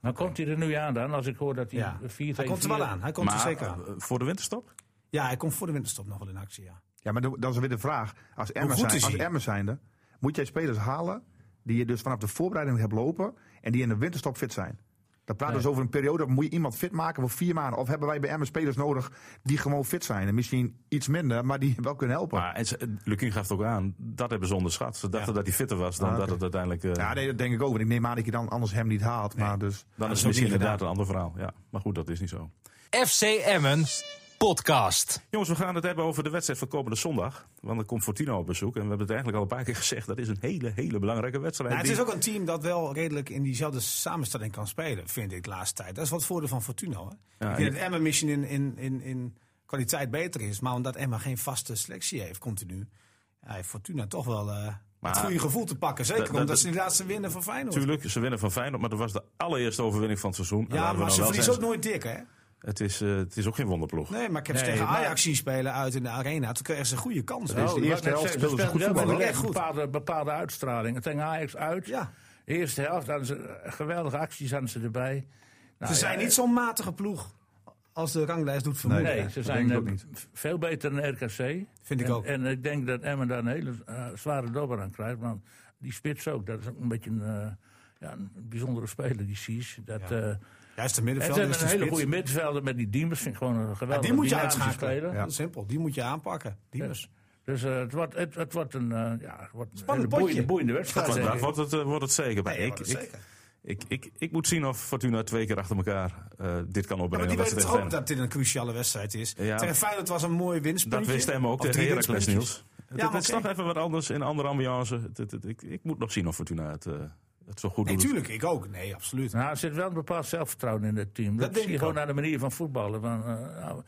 S3: Maar komt hij er nu aan dan, als ik hoor dat hij
S4: Ja.
S3: 4
S4: Hij komt er wel aan. Hij komt
S2: maar
S4: er zeker aan.
S2: eh, voor de winterstop?
S4: Ja, hij komt voor de winterstop nog wel in actie, ja.
S6: Ja, maar dan dan is weer de vraag. Als Emmer,
S4: goed
S6: zijn,
S4: is
S6: als
S4: hij?
S6: Emmer zijnde, moet jij spelers halen die je dus vanaf de voorbereiding hebt lopen en die in de winterstop fit zijn? Dan praten we dus over een periode, moet je iemand fit maken voor vier maanden? Of hebben wij bij Emmer spelers nodig die gewoon fit zijn? En misschien iets minder, maar die wel kunnen helpen.
S2: Maar en ze- eh, Lukien gaf het ook aan, dat hebben ze onderschat. Ze dachten dat hij fitter was dan
S6: Ah,
S2: dat
S6: oké.
S2: het uiteindelijk... eh,
S6: ja, nee, dat denk ik ook. Want ik neem aan dat je dan anders hem niet haalt. Maar dus,
S2: Dan is
S6: dat
S2: het misschien
S6: niet
S2: inderdaad
S6: gedaan.
S2: een ander verhaal. Ja. Maar goed, dat is niet zo.
S1: FC Emmen podcast.
S2: Jongens, we gaan het hebben over de wedstrijd van komende zondag. Want dan komt Fortino op bezoek. En we hebben het eigenlijk al een paar keer gezegd. Dat is een hele, hele belangrijke wedstrijd.
S4: Nou, het
S2: die-
S4: is ook een team dat wel redelijk in diezelfde samenstelling kan spelen, vind ik de laatste tijd. Dat is wat het voordeel van Fortuna. Hè?
S2: Ja,
S4: ik
S2: en-
S4: denk dat Emma misschien in, in, in, in kwaliteit beter is, maar omdat Emma geen vaste selectie heeft continu, ja, heeft Fortuna toch wel eh,
S2: Maar-
S4: het goede gevoel te pakken. Zeker
S2: Dat- dat-
S4: omdat ze die laatste winnen van Feyenoord.
S2: Tuurlijk, ze winnen van Feyenoord, maar dat was de allereerste overwinning van het seizoen. En
S4: Ja,
S2: laten we
S4: maar
S2: nou
S4: ze
S2: wel
S4: verliezen ook
S2: zijn,
S4: nooit dik, hè?
S2: het, is, eh, het is ook geen wonderploeg.
S4: Nee, maar ik heb ze
S3: Nee,
S4: tegen
S3: maar-
S4: Ajax zien spelen uit in de arena. Toen kregen ze een goede kans.
S6: Dat is de
S3: Oh,
S6: eerste
S3: wat net
S6: helft
S3: zei,
S6: speelden ze goed
S3: speelden
S6: voetbal.
S3: wel
S6: hoor.
S4: voetbal,
S3: echt
S4: hè?
S3: Bepaalde, bepaalde uitstraling. Tegen Ajax uit.
S4: Ja.
S3: Eerste helft hadden ze eh, geweldige acties hadden ze erbij. Nou,
S4: Ze zijn
S3: ja,
S4: niet zo'n matige ploeg als de ranglijst doet vermoeden.
S3: Nee,
S4: hè?
S3: ze
S6: dat
S3: zijn
S6: denk ik ook
S3: eh,
S6: niet.
S3: v- veel beter dan RKC.
S4: Vind ik
S3: en,
S4: ook.
S3: En ik denk dat Emmen daar een hele eh, zware dobber aan krijgt. Want die spits ook, dat is ook een beetje een, eh, ja, een bijzondere speler, die Sies. Dat, eh,
S4: Juist de
S3: en ze
S4: middenvelder is
S3: hebben
S4: de
S3: een hele
S4: spits.
S3: goede middenvelder met die Diemers. Vind ik gewoon een
S4: Ja,
S3: geweldige
S4: die moet je
S3: dynamische
S4: uitschakelen.
S3: speler.
S4: Heel Simpel, die moet je aanpakken. Die
S3: Ja.
S4: dus.
S3: Dus eh, het, wordt, het, het wordt een, eh, ja, het wordt een
S4: Spannend
S3: hele boeiende,
S4: potje.
S3: boeiende wedstrijd.
S2: Maar
S3: denk
S2: daar
S3: ik.
S2: wordt het, eh, wordt het zeker. Maar
S4: Nee,
S2: ik,
S4: dat
S2: ik,
S4: zeker.
S2: Ik, ik, ik moet zien of Fortuna twee keer achter elkaar eh, dit kan
S4: Ja, maar
S2: opbrengen.
S4: die
S2: wat
S4: weten
S2: ze
S4: toch
S2: tegen
S4: ook dat dit een cruciale wedstrijd is.
S2: Ja.
S4: Tegen Feyenoord was een mooi
S2: Dat
S4: winstpuntje.
S2: wist hem ook,
S4: Of
S2: tegen
S4: drie
S2: Heracles
S4: winstpuntjes.
S2: Niels.
S4: Ja,
S2: Ja,
S4: maar
S2: het is
S4: oké.
S2: toch even wat anders, in een andere ambiance. Het- het- het- ik, ik moet nog zien of Fortuna het, eh, het zo goed
S4: Nee,
S2: doet.
S4: tuurlijk, ik ook. Nee, absoluut.
S3: Nou, er zit wel een bepaald zelfvertrouwen in het team. Dat,
S4: denk
S3: zie je
S4: ik
S3: gewoon
S4: ook.
S3: aan de manier van voetballen. Van, eh, nou,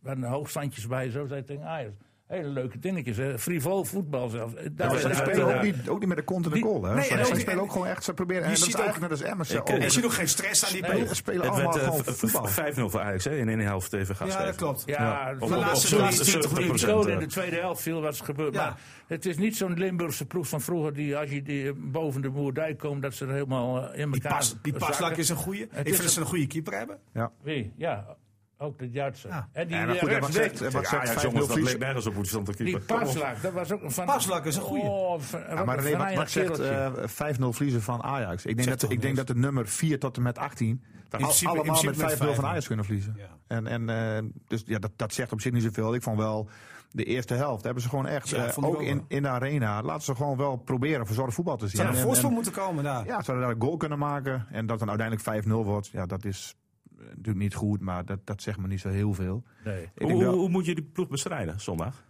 S3: we hadden hoogstandjes bij, zo zei ik tegen Ajax. Hele leuke dingetjes, hè. frivol voetbal zelfs. Eh, Daar
S2: maar
S3: zijn
S6: Ze
S2: Ja,
S6: spelen
S2: ja.
S6: ook niet, ook niet met de kont in de
S3: Die-
S6: goal. Hè?
S4: Nee, en
S6: ze
S4: ook
S6: ze
S4: niet-
S6: spelen
S4: en-
S6: ook gewoon echt, ze proberen. En dat is
S4: ziet ook-
S6: eigenlijk net als Emmer. Ze
S2: Ik- ik-
S4: En je
S6: ook-
S4: ziet ook geen stress aan die ploeg.
S6: spelen- spelen
S2: het
S6: allemaal
S2: werd eh,
S6: gewoon
S2: v-
S6: voetbal.
S2: v- 5-0 voor Ajax hè, in één helft tegen
S4: Ja,
S2: Gastgever.
S4: dat klopt.
S3: Ja,
S2: Op-
S3: de
S2: op-
S4: de
S2: op-
S4: laatste
S2: zo'n
S4: 70
S2: 70
S4: minuten.
S2: procent,
S3: Zo
S2: eh,
S3: in de tweede helft viel wat er gebeurd.
S4: Ja.
S3: Maar het is niet zo'n Limburgse ploeg van vroeger die als je die eh, boven de Moerdijk komt, dat ze er helemaal eh, in elkaar
S4: Die, pas, die
S3: zakken.
S4: paslak is een goede. Ik
S3: is
S4: vind dat ze een goede keeper hebben.
S3: Wie? Ja, ook de Duitse.
S4: Ja.
S3: En die
S6: Ja, maar goed,
S3: eh,
S6: hij mag
S3: rechtsback,
S6: zeggen- hij mag
S2: Tegen
S6: zeggen
S2: Ajax,
S6: 5-0
S2: jongens, dat
S6: verliezen.
S2: leek nergens op hoe die stond te
S3: die
S2: keeper. Kom op.
S3: paslak, dat was ook een van...
S4: Paslak is een goeie.
S3: Oh, van- wat
S6: Ja, maar
S3: een
S6: René, wat,
S3: venijnig
S6: wat zegt
S3: kereltje.
S6: eh, 5-0 verliezen van Ajax? Ik denk, dat, ik denk dat de nummer 4 tot en met 18 al-
S4: principe- in
S6: allemaal
S4: principe
S6: met 5-0
S4: met
S6: van
S4: 5-0.
S6: Ajax kunnen verliezen.
S4: Ja.
S6: En, en, eh, dus ja, dat, dat zegt op zich niet zoveel. Ik vond wel de eerste helft hebben ze gewoon echt,
S4: Ja,
S6: eh,
S4: vond ik
S6: ook
S4: ook
S6: in,
S4: wel.
S6: in de arena, laten ze gewoon wel proberen verzorgd voetbal te zien.
S4: Zou er een
S6: En-
S4: voorsprong
S6: en-
S4: moeten komen daar.
S6: ja, ze hadden daar een goal kunnen maken en dat dan uiteindelijk 5-0 wordt. Ja, dat is eh, natuurlijk niet goed, maar dat, dat zegt me niet zo heel veel.
S3: Nee.
S6: Ik
S2: Hoe,
S6: denk wel-
S2: hoe, hoe moet je die ploeg bestrijden zondag?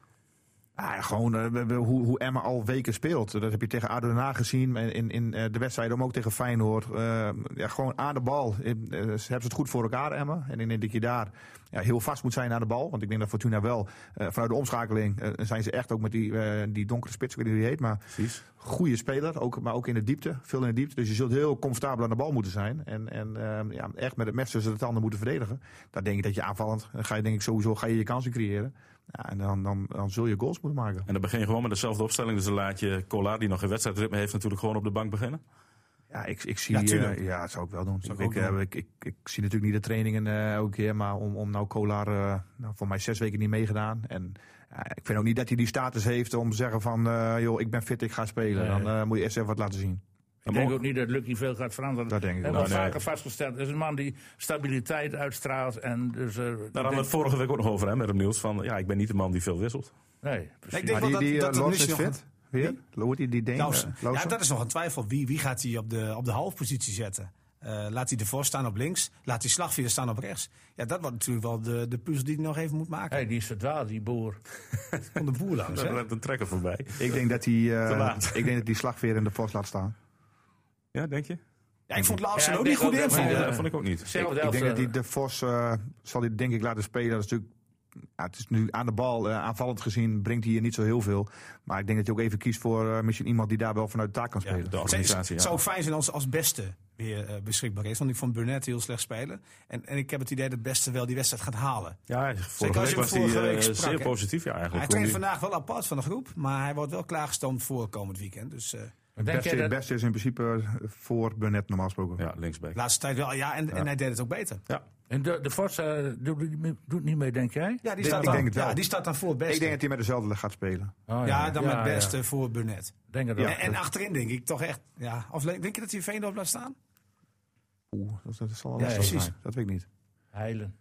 S6: Ah, ja, gewoon eh, we- we- hoe, hoe Emma al weken speelt. Dat heb je tegen ADO Den Haag gezien en in, in eh, de wedstrijden, maar ook tegen Feyenoord. Eh, ja, gewoon aan de bal. Eh, eh, Ze hebben ze het goed voor elkaar, Emma. En ik denk dat je daar ja, heel vast moet zijn aan de bal. Want ik denk dat Fortuna wel, eh, vanuit de omschakeling, eh, zijn ze echt ook met die, eh, die donkere spits, ik weet niet hoe die heet. Maar
S2: Precies.
S6: goede speler, ook, maar ook in de diepte. Veel in de diepte. Dus je zult heel comfortabel aan de bal moeten zijn. En, en eh, ja, echt met het mes tussen de tanden moeten verdedigen. Daar denk ik dat je aanvallend, eh, ga je denk ik sowieso ga je, je kansen creëren. Ja, en dan, dan, dan zul je goals moeten maken.
S2: En dan begin je gewoon met dezelfde opstelling. Dus dan laat je Cola, die nog geen wedstrijdritme heeft, natuurlijk gewoon op de bank beginnen.
S6: Ja, ik, ik zie.
S4: Ja, tuurlijk.
S6: eh, ja, dat zou ik wel doen.
S4: Zou ik
S6: ik,
S4: ook
S6: eh,
S4: doen.
S6: ik, ik, ik zie natuurlijk niet de trainingen eh elke keer. Maar om, om nou Kolar eh, nou, voor mij zes weken niet meegedaan. En eh, ik vind ook niet dat hij die status heeft om te zeggen van eh, joh, ik ben fit, ik ga spelen.
S3: Nee.
S6: Dan eh, moet je eerst even wat laten zien.
S3: Ik
S2: En
S3: denk
S2: mo-
S3: ook niet dat Lucky veel gaat veranderen.
S6: Dat denk ik
S3: Hebben
S6: ook.
S3: we
S2: Nou, nee.
S3: vaker vastgesteld. Het is een man die stabiliteit uitstraalt. En dus, eh,
S2: Daar hadden we het vorige week ook nog over hè, met hem Niels. Van, ja, ik ben niet de man die veel wisselt.
S3: Nee, precies.
S4: Ik denk
S6: maar
S4: wel
S6: die,
S4: dat-
S6: die
S4: dat
S6: eh,
S4: er
S6: Lawson
S4: misschien
S6: is
S4: nog
S6: fit. Weer? Hoe die, die Deen?
S4: Lawson.
S6: eh,
S4: Ja,
S6: Lawson?
S4: dat is nog een twijfel. Wie, wie gaat hij op de, op de halfpositie zetten? Eh, laat hij ervoor staan op links. Laat hij slagveer staan op rechts. Ja, dat wordt natuurlijk wel de, de puzzel die hij nog even moet maken.
S3: Hey, die is verdwaald, die boer.
S4: Van de boer langs,
S2: Dus
S4: hè?
S2: er een trekker voorbij.
S6: Ik denk dat die, eh,
S2: Te laat.
S6: ik denk dat die slagveer in de post laat staan.
S2: Ja, denk je?
S4: Ja, ik vond Lauwersen
S3: Ja, ik
S4: ook niet
S3: denk
S4: goed
S3: ook dat-
S4: invallen.
S2: Ja,
S3: ja.
S2: dat vond ik ook niet.
S3: Zelfde
S6: Ik
S3: helft,
S6: denk dat
S3: eh,
S6: die de Vos eh, zal die denk ik laten spelen. Dat is natuurlijk ja, het is nu aan de bal, eh, aanvallend gezien, brengt hij hier niet zo heel veel. Maar ik denk dat je ook even kiest voor eh, misschien iemand die daar wel vanuit de taak kan
S2: Ja,
S6: spelen.
S2: de
S6: Voor
S2: organisatie,
S6: organisatie,
S4: Het zou ook fijn zijn als, als beste weer eh, beschikbaar is. Want ik vond Burnett heel slecht spelen. En, en ik heb het idee dat beste wel die wedstrijd gaat halen.
S2: Ja, vorige
S4: als
S2: week
S4: je
S2: was
S4: vorige
S2: hij
S4: week
S2: eh,
S4: sprak,
S2: zeer
S4: hè?
S2: positief ja, eigenlijk.
S4: hij
S2: Hoe
S4: traint
S2: die-
S4: vandaag wel apart van de groep. Maar hij wordt wel klaargestoomd voor komend weekend. Dus eh,
S6: Het
S3: Denk
S6: beste,
S3: jij dat-
S6: beste is in principe eh, voor Burnett normaal gesproken.
S2: Ja, linksback.
S4: de laatste tijd wel. Ja en, en hij deed het ook beter.
S2: Ja.
S3: En de, de Vos eh, doet, niet mee- doet niet mee, denk jij?
S4: Ja, die,
S6: Ik
S4: staat,
S6: denk
S4: dan,
S6: het wel.
S4: ja, die staat dan voor het beste.
S6: Ik denk dat hij met dezelfde gaat spelen.
S3: Oh,
S4: ja, dan
S3: Ja,
S4: met
S3: ja.
S4: beste voor Burnett.
S3: Denk het ook.
S4: en, en achterin denk ik toch echt. Ja, of le- denk je dat hij Veendorp laat staan?
S6: Oeh, dat, dat zal wel
S4: Ja,
S6: lastig
S4: precies.
S6: zijn. Dat weet ik niet.
S3: Heilen.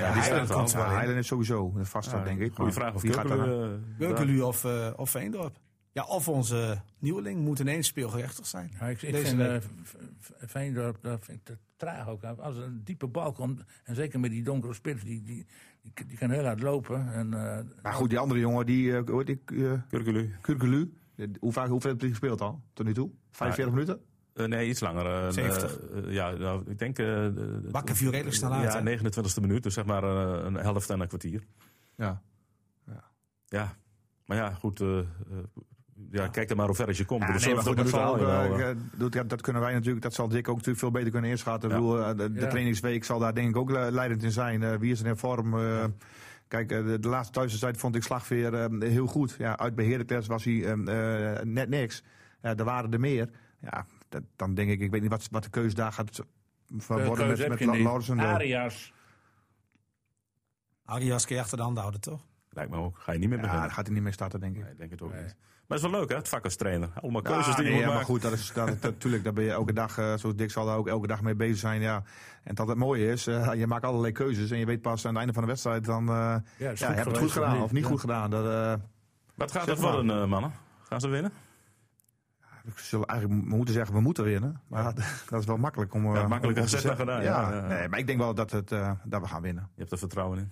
S2: die staat
S4: Heiland
S2: er al.
S4: komt er
S6: Ja,
S4: wel in.
S6: Heilen is sowieso een vaste,
S2: Ja,
S6: denk ik.
S2: Goede
S6: Maar
S2: vraag of
S6: wie gaat daarna?
S2: Kurkelu, eh, daar-
S4: Beukelu of, eh, of Veendorp. Ja, of onze nieuweling moet ineens speelgerechtig zijn.
S3: Ja, ik ik
S4: Deze
S3: vind
S4: week.
S3: eh, V- V- Veendorp dat vind ik te traag ook. Als er een diepe bal komt, en zeker met die donkere spits, die, die, die, die kan heel hard lopen. En, eh,
S6: Maar goed, die andere jongen, die, eh, hoe heet die, eh,
S2: Kurkelu.
S6: Kurkelu. eh, Hoe vaak hoeveel heeft hij gespeeld al, tot nu toe? 45 minuten?
S2: Eh, nee, iets langer. eh,
S4: 70.
S2: eh, eh, ja, nou, ik denk... eh, eh,
S4: Bakker viel redelijk snel uit.
S2: ja,
S4: hè?
S2: 29e minuut, dus zeg maar eh, een helft en een kwartier.
S6: Ja.
S2: Ja, maar ja, goed. eh, eh, ja, kijk dan maar hoe ver als je komt.
S6: Ja,
S2: Door de
S6: nee, maar
S2: 70
S6: goed, dat,
S2: minuten
S6: zal,
S2: haal je wel, eh.
S6: eh, dat, ja, dat kunnen wij natuurlijk, dat zal Dick ook natuurlijk veel beter kunnen inschatten.
S2: Ja.
S6: Ik bedoel, eh, de, de
S3: Ja.
S6: trainingsweek zal daar denk ik ook le- leidend in zijn. Eh, wie is er in vorm? Eh, kijk, eh, de, de laatste thuiswedstrijd vond ik Slagveer eh, heel goed. Ja, uit beheerdertest was hij eh, eh, net niks. Ja, er waren er meer. Ja, dat, dan denk ik, ik weet niet wat, wat de keuze daar gaat van
S3: eh, keuze
S6: worden met,
S3: heb
S6: met
S3: je
S6: La-
S3: niet.
S6: Laurensen. Eh,
S3: Arias.
S4: Arias kun je achter de hand houden, toch?
S2: eh, Lijkt me ook. Ga je niet meer
S6: Ja, daar
S2: beginnen.
S6: gaat hij niet meer starten, denk ik.
S2: Nee, ik denk het ook niet. Maar het is wel leuk, hè? Het vak als trainer. Allemaal
S6: Ja,
S2: keuzes die je
S6: nee,
S2: moet
S6: ja, maar
S2: maken.
S6: goed, dat is natuurlijk. Dat, tuurlijk, daar ben je elke dag, eh, zoals Dick zal daar ook elke dag mee bezig zijn. Ja. En dat het mooie is, eh, je maakt allerlei keuzes en je weet pas aan het einde van de wedstrijd dan eh,
S3: Ja, is
S6: ja,
S3: goed
S6: heb je het
S3: geweest
S6: goed
S3: of
S6: gedaan
S3: niet?
S6: of niet
S3: Ja.
S6: goed gedaan. Dat, eh,
S2: Wat gaat
S6: Zeg
S2: het worden,
S6: maar.
S2: eh, mannen? Gaan ze winnen?
S6: we zullen eigenlijk mo- moeten zeggen, we moeten winnen. Maar dat, dat is wel makkelijk om. eh,
S2: Ja, makkelijk
S6: om te
S2: gezegd dan
S6: zeggen.
S2: gedaan, ja,
S6: Ja,
S2: ja.
S6: Nee, maar ik denk wel dat, het, eh, dat we gaan winnen.
S2: Je hebt er vertrouwen in.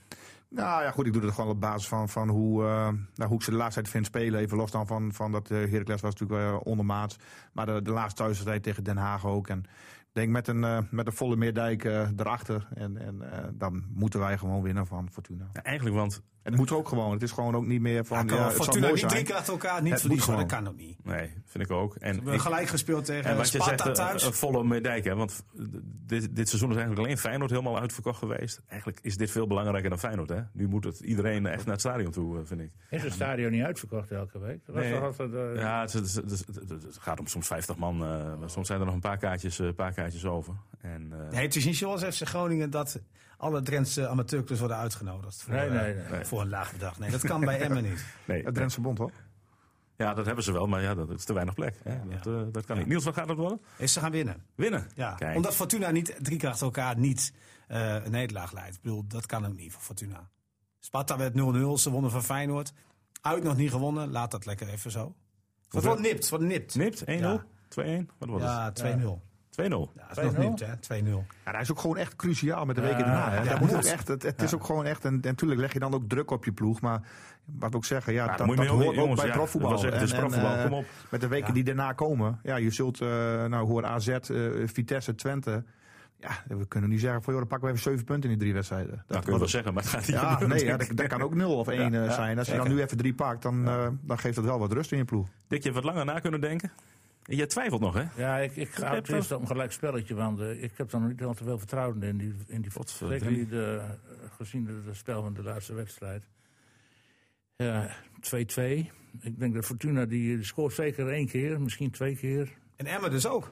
S6: Nou ja, goed, ik doe het gewoon op basis van, van hoe, eh, nou, hoe ik ze de laatste tijd vind spelen. Even los dan van, van dat eh Heracles was natuurlijk eh, ondermaats. Maar de, de laatste thuiswedstrijd tegen Den Haag ook. En ik denk met een, eh, met een volle Meerdijk eh, erachter. En, en eh, dan moeten wij gewoon winnen van Fortuna.
S2: Ja, eigenlijk, want...
S6: En het moet ook gewoon. Het is gewoon ook niet meer
S4: Ja,
S6: van... Ja,
S4: kan wel.
S6: het zou
S4: Fortuna
S6: mooi
S4: niet drie
S6: zijn.
S4: keer achter elkaar niet
S6: Het
S4: verliezen.
S6: moet
S4: Dat
S6: gewoon.
S4: kan ook niet.
S2: Nee, vind ik ook. En,
S4: We
S2: ik-
S4: hebben gelijk gespeeld tegen
S2: en wat je
S4: Sparta
S2: zegt, eh,
S4: thuis.
S2: eh, volle meedijk. Hè? Want eh, dit, dit seizoen is eigenlijk alleen Feyenoord helemaal uitverkocht geweest. Eigenlijk is dit veel belangrijker dan Feyenoord. Hè? Nu moet het iedereen echt naar het stadion toe, eh, vind ik.
S3: Is het stadion niet uitverkocht elke week? Dat was
S2: Nee.
S3: toch altijd, eh,
S2: Ja, het, is- het is- het is- het gaat om soms 50 man. eh, maar soms zijn er nog een paar kaartjes, eh, paar kaartjes over. En, eh,
S4: Nee, het is niet zoals FC Groningen dat alle Drentse amateurclubs worden uitgenodigd. Voor,
S3: Nee,
S4: eh,
S3: nee, nee.
S4: voor een laag bedrag. Nee, dat kan bij Emmen niet.
S2: nee,
S6: Het Drentse Bond, hoor.
S2: Ja, dat hebben ze wel, maar ja, dat, dat is te weinig plek. Hè? Dat, eh, dat kan niet. Niels, wat gaat dat worden?
S4: Is ze gaan winnen.
S2: Winnen.
S4: Ja,
S2: Kijk.
S4: omdat Fortuna niet drie keer achter elkaar niet eh, een nederlaag leidt. Ik bedoel, dat kan ook niet voor Fortuna. Sparta werd 0-0, ze wonnen van Feyenoord. Uit nog niet gewonnen, laat dat lekker even zo. Wat wordt nipt, wat nipt.
S2: Nipt, 1-0,
S4: Ja.
S2: 2-1, wat was
S4: Ja, 2-0. Ja,
S2: 2-0.
S4: dat is nog
S3: 2-0.
S4: nipt, hè, 2-0.
S6: Ja, hij is ook gewoon echt cruciaal met de weken daarna. Hè.
S4: ja,
S6: dat moet
S4: moet.
S6: ook echt, het het is ook gewoon echt, en en natuurlijk leg je dan ook druk op je ploeg. Maar wat ik ook zeggen, ja,
S2: dat
S6: dat,
S2: moet je mee
S6: dat
S2: om,
S6: hoort ook
S2: jongens,
S6: bij
S2: ja.
S6: profvoetbal.
S2: Dat was echt, het is profvoetbal,
S6: eh,
S2: kom op.
S6: Met de weken
S4: Ja.
S6: die daarna komen. Ja, je zult, eh, nou hoor AZ, eh, Vitesse, Twente. Ja, we kunnen niet zeggen van, joh, dan pakken we even zeven punten in die drie wedstrijden. Dat,
S2: Dat kun je Nou, wel zeggen, maar het gaat niet
S6: ja,
S2: gebeuren,
S6: nee, ja,
S2: denk
S6: dat,
S2: ik.
S6: dat kan ook nul of één
S2: Ja,
S6: eh,
S2: ja,
S6: zijn. Als je dan
S2: zeker.
S6: nu even drie pakt, dan, eh, dan geeft dat wel wat rust in je ploeg.
S2: Dick, je hebt wat langer na kunnen denken. En Jij twijfelt nog, hè?
S3: Ja, ik, ik ga
S2: heb
S3: het eerst op een gelijk spelletje, want eh, ik heb er nog niet al te veel vertrouwen in. Die, in die,
S2: Tot, eh,
S3: zeker
S2: drie.
S3: niet eh, gezien het het spel van de laatste wedstrijd. Ja, 2-2. Ik denk dat Fortuna die eh, scoort zeker één keer, misschien twee keer.
S4: En Emmen dus ook.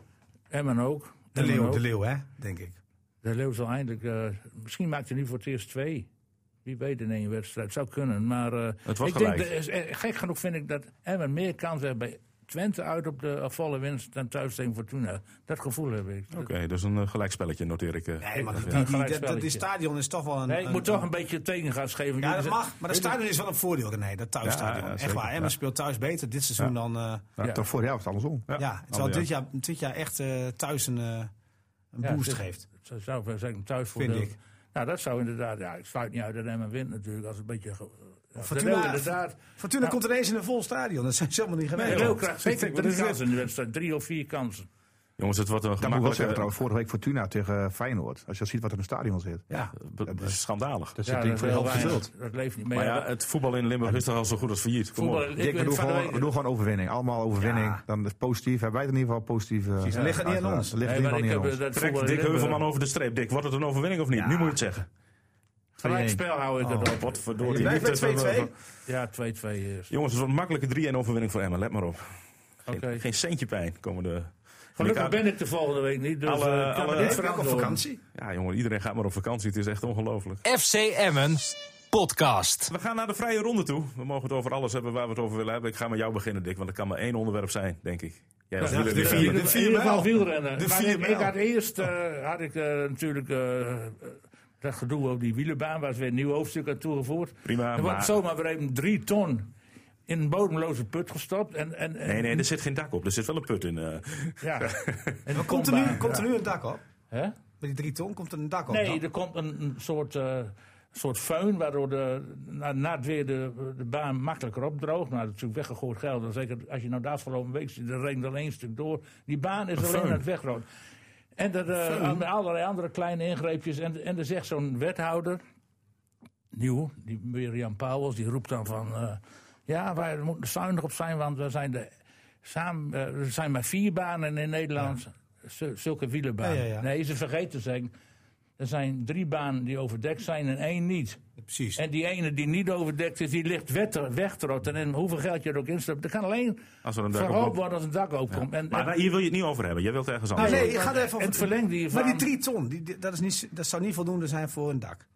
S3: Emmen ook.
S4: De
S3: Emmen
S4: Leeuw,
S3: ook.
S4: de Leeuw, hè, denk ik.
S3: De Leeuw zal eindelijk... eh, misschien maakt hij nu voor het eerst twee. Wie weet in één wedstrijd. Zou kunnen, maar... eh,
S2: Het was
S3: ik
S2: gelijk.
S3: Denk, dat is- eh, gek genoeg vind ik dat Emmen meer kans heeft bij Twente uit op de volle winst dan thuis tegen Fortuna. Dat gevoel heb ik.
S2: Oké, dus een eh, gelijkspelletje noteer ik. eh.
S4: Nee, maar die,
S3: Ja,
S4: die, die,
S3: gelijkspelletje.
S4: dat- die stadion is toch wel een...
S3: Nee, ik
S4: een-
S3: moet toch een beetje tegengas geven.
S4: Ja, dat
S3: Jullie
S4: mag. Maar dat stadion is wel een voordeel, René, dat thuisstadion.
S2: Ja, ja,
S4: Echt
S2: zeker,
S4: waar, Emmen
S2: ja.
S4: speelt thuis beter dit seizoen dan... eh,
S6: Ja. Toch vorig jaar was het andersom.
S4: Ja, terwijl dit jaar, dit jaar echt eh, thuis een, eh, een
S3: Ja,
S4: boost
S3: dit-
S4: geeft.
S3: Zo zou ik wel zeggen, thuis voor
S4: Vind
S3: de-
S4: ik.
S3: Nou, dat zou inderdaad. Ja, ik sluit niet uit dat Emmen wint natuurlijk. Als een beetje. ge- Ja,
S4: Fortuna-
S3: de Leeuw inderdaad.
S4: Fortuna
S3: Nou,
S4: komt ineens in een vol stadion. Dat zijn ze helemaal niet gewend.
S3: De Leeuw krijgt
S2: Ik denk,
S3: zeker
S2: wat
S3: drie
S2: is dit?
S3: kansen in de wedstrijd. Drie of vier kansen.
S2: Jongens, het wordt een
S6: Dat moet ik wel zeggen
S2: gemakkelijke...
S6: trouwens, vorige week Fortuna tegen eh, Feyenoord. Als je ziet wat er in het stadion zit.
S2: ja, b-
S6: dat
S2: b-
S6: is-
S2: schandalig.
S6: Dat
S3: Ja,
S6: zit niet
S3: dat,
S6: voor
S3: is
S6: de helft
S3: heel
S6: gevuld.
S3: weinig. dat leeft niet mee.
S2: Maar ja, het voetbal in Limburg is toch al zo goed als failliet. Kom
S3: voetbal,
S2: op.
S3: ik
S6: Dick, we
S3: weet
S6: doen,
S3: van de
S6: gewoon,
S3: week-
S6: we doen gewoon overwinning. Allemaal overwinning.
S4: Ja.
S6: Dan is het positief. Hebben wij het in ieder geval positief. eh,
S4: Dan ligt het niet aan ons.
S6: Ligt
S3: Nee,
S6: het in ieder
S3: maar
S6: geval
S3: ik
S6: niet
S3: heb
S6: aan
S3: eh,
S6: ons.
S3: dat
S2: Trek
S3: voetbal
S2: Dick
S3: in
S2: Heuvelman
S3: Limburg.
S2: over de streep. Dick, wordt het een overwinning of niet? Nu moet je het zeggen.
S3: Gelijk spel hou
S4: Oh,
S3: ik dat op.
S2: Wat verdorie.
S4: Je blijft bij
S2: Liefde van-
S4: 2-2.
S3: Ja, 2-2 is.
S2: Jongens, het wordt een makkelijke 3-1 overwinning voor Emmen. Let maar op. Geen,
S3: Oké.
S2: geen centje pijn komende...
S3: Gelukkig
S2: Ik-
S3: ben ik de volgende week niet. Dus
S2: Alle-
S3: alle, kan
S2: alle-
S3: me
S2: Jij
S3: niet
S2: bent
S4: ook op
S3: veranderen.
S4: vakantie.
S2: Ja, jongen, iedereen gaat maar op vakantie. Het is echt ongelooflijk.
S1: FC Emmen podcast.
S2: We gaan naar de vrije ronde toe. We mogen het over alles hebben waar we het over willen hebben. Ik ga met jou beginnen, Dick, want er kan maar één onderwerp zijn, denk ik. Jij als
S3: Ja,
S2: wielerliefhebber.
S4: de
S3: in ieder-
S4: vier- de vier
S3: in ieder geval
S4: mijl.
S3: wielrennen.
S4: De
S3: Maar
S4: vier
S3: ik, ik
S4: mijl.
S3: had eerst eh, had ik, eh, natuurlijk eh, eh, dat gedoe over die wielerbaan, was weer een nieuw hoofdstuk aan toegevoerd.
S2: Prima,
S3: Er wordt
S2: maar-
S3: zomaar weer even drie ton in een bodemloze put gestopt. En, en, en-
S2: Nee, nee, er zit geen dak op. Er zit wel een put in. eh.
S3: Ja. En
S4: Komt er nu, komt er nu een dak op?
S3: Hè?
S4: Bij die drie ton komt er een dak op?
S3: Nee,
S4: dan?
S3: er komt een, een soort, eh soort föhn waardoor de, na, na het weer de, de baan makkelijker opdroogt. Nou, dat is natuurlijk weggegooid geld. Dan zeker als je nou de afgelopen week ziet, er regent alleen een stuk door. Die baan is alleen aan het wegrooien. En er, eh, aan- allerlei andere kleine ingreepjes. En, en er zegt zo'n wethouder, nieuw, die Mirjam Pauwels, die roept dan van... eh, ja, wij moeten er zuinig op zijn, want we zijn de, samen, eh, er zijn maar vier banen in Nederland. zu- Zulke wielenbanen.
S4: Ja, ja, ja.
S3: Nee, ze vergeten te zeggen... Er zijn drie banen die overdekt zijn en één niet.
S4: Precies.
S3: En die ene die niet overdekt is, die ligt wet- wegtrotten. En hoeveel geld je er ook instapt, dat kan alleen
S2: Als er een dak
S3: verhoogd
S2: opkomt.
S3: worden als een dak opkomt. En,
S2: Maar
S3: en-
S2: daar- hier wil je het niet over hebben. Jij wilt ergens
S4: Ah,
S2: anders
S4: nee,
S2: over.
S4: ik ga er even over-
S3: en het verlengde hiervan-
S4: Maar die drie ton, die- die- dat, is niet, dat zou niet voldoende zijn voor een dak.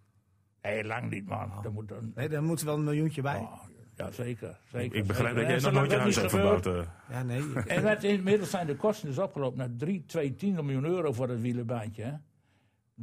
S3: Nee, lang niet, man.
S4: Oh.
S3: Dat moet dan...
S4: Nee, daar moet wel een miljoentje bij.
S3: Oh, ja, zeker. zeker
S2: Ik begrijp dat jij nog
S3: Zolang
S2: nooit je
S3: dat
S2: huis
S3: niet
S2: hebt
S3: gebeurt-
S2: verbouwd. eh.
S4: Ja, nee.
S3: En dat, inmiddels zijn de kosten dus opgelopen naar 3, 2, 10 miljoen euro voor dat wielerbaantje. Hè?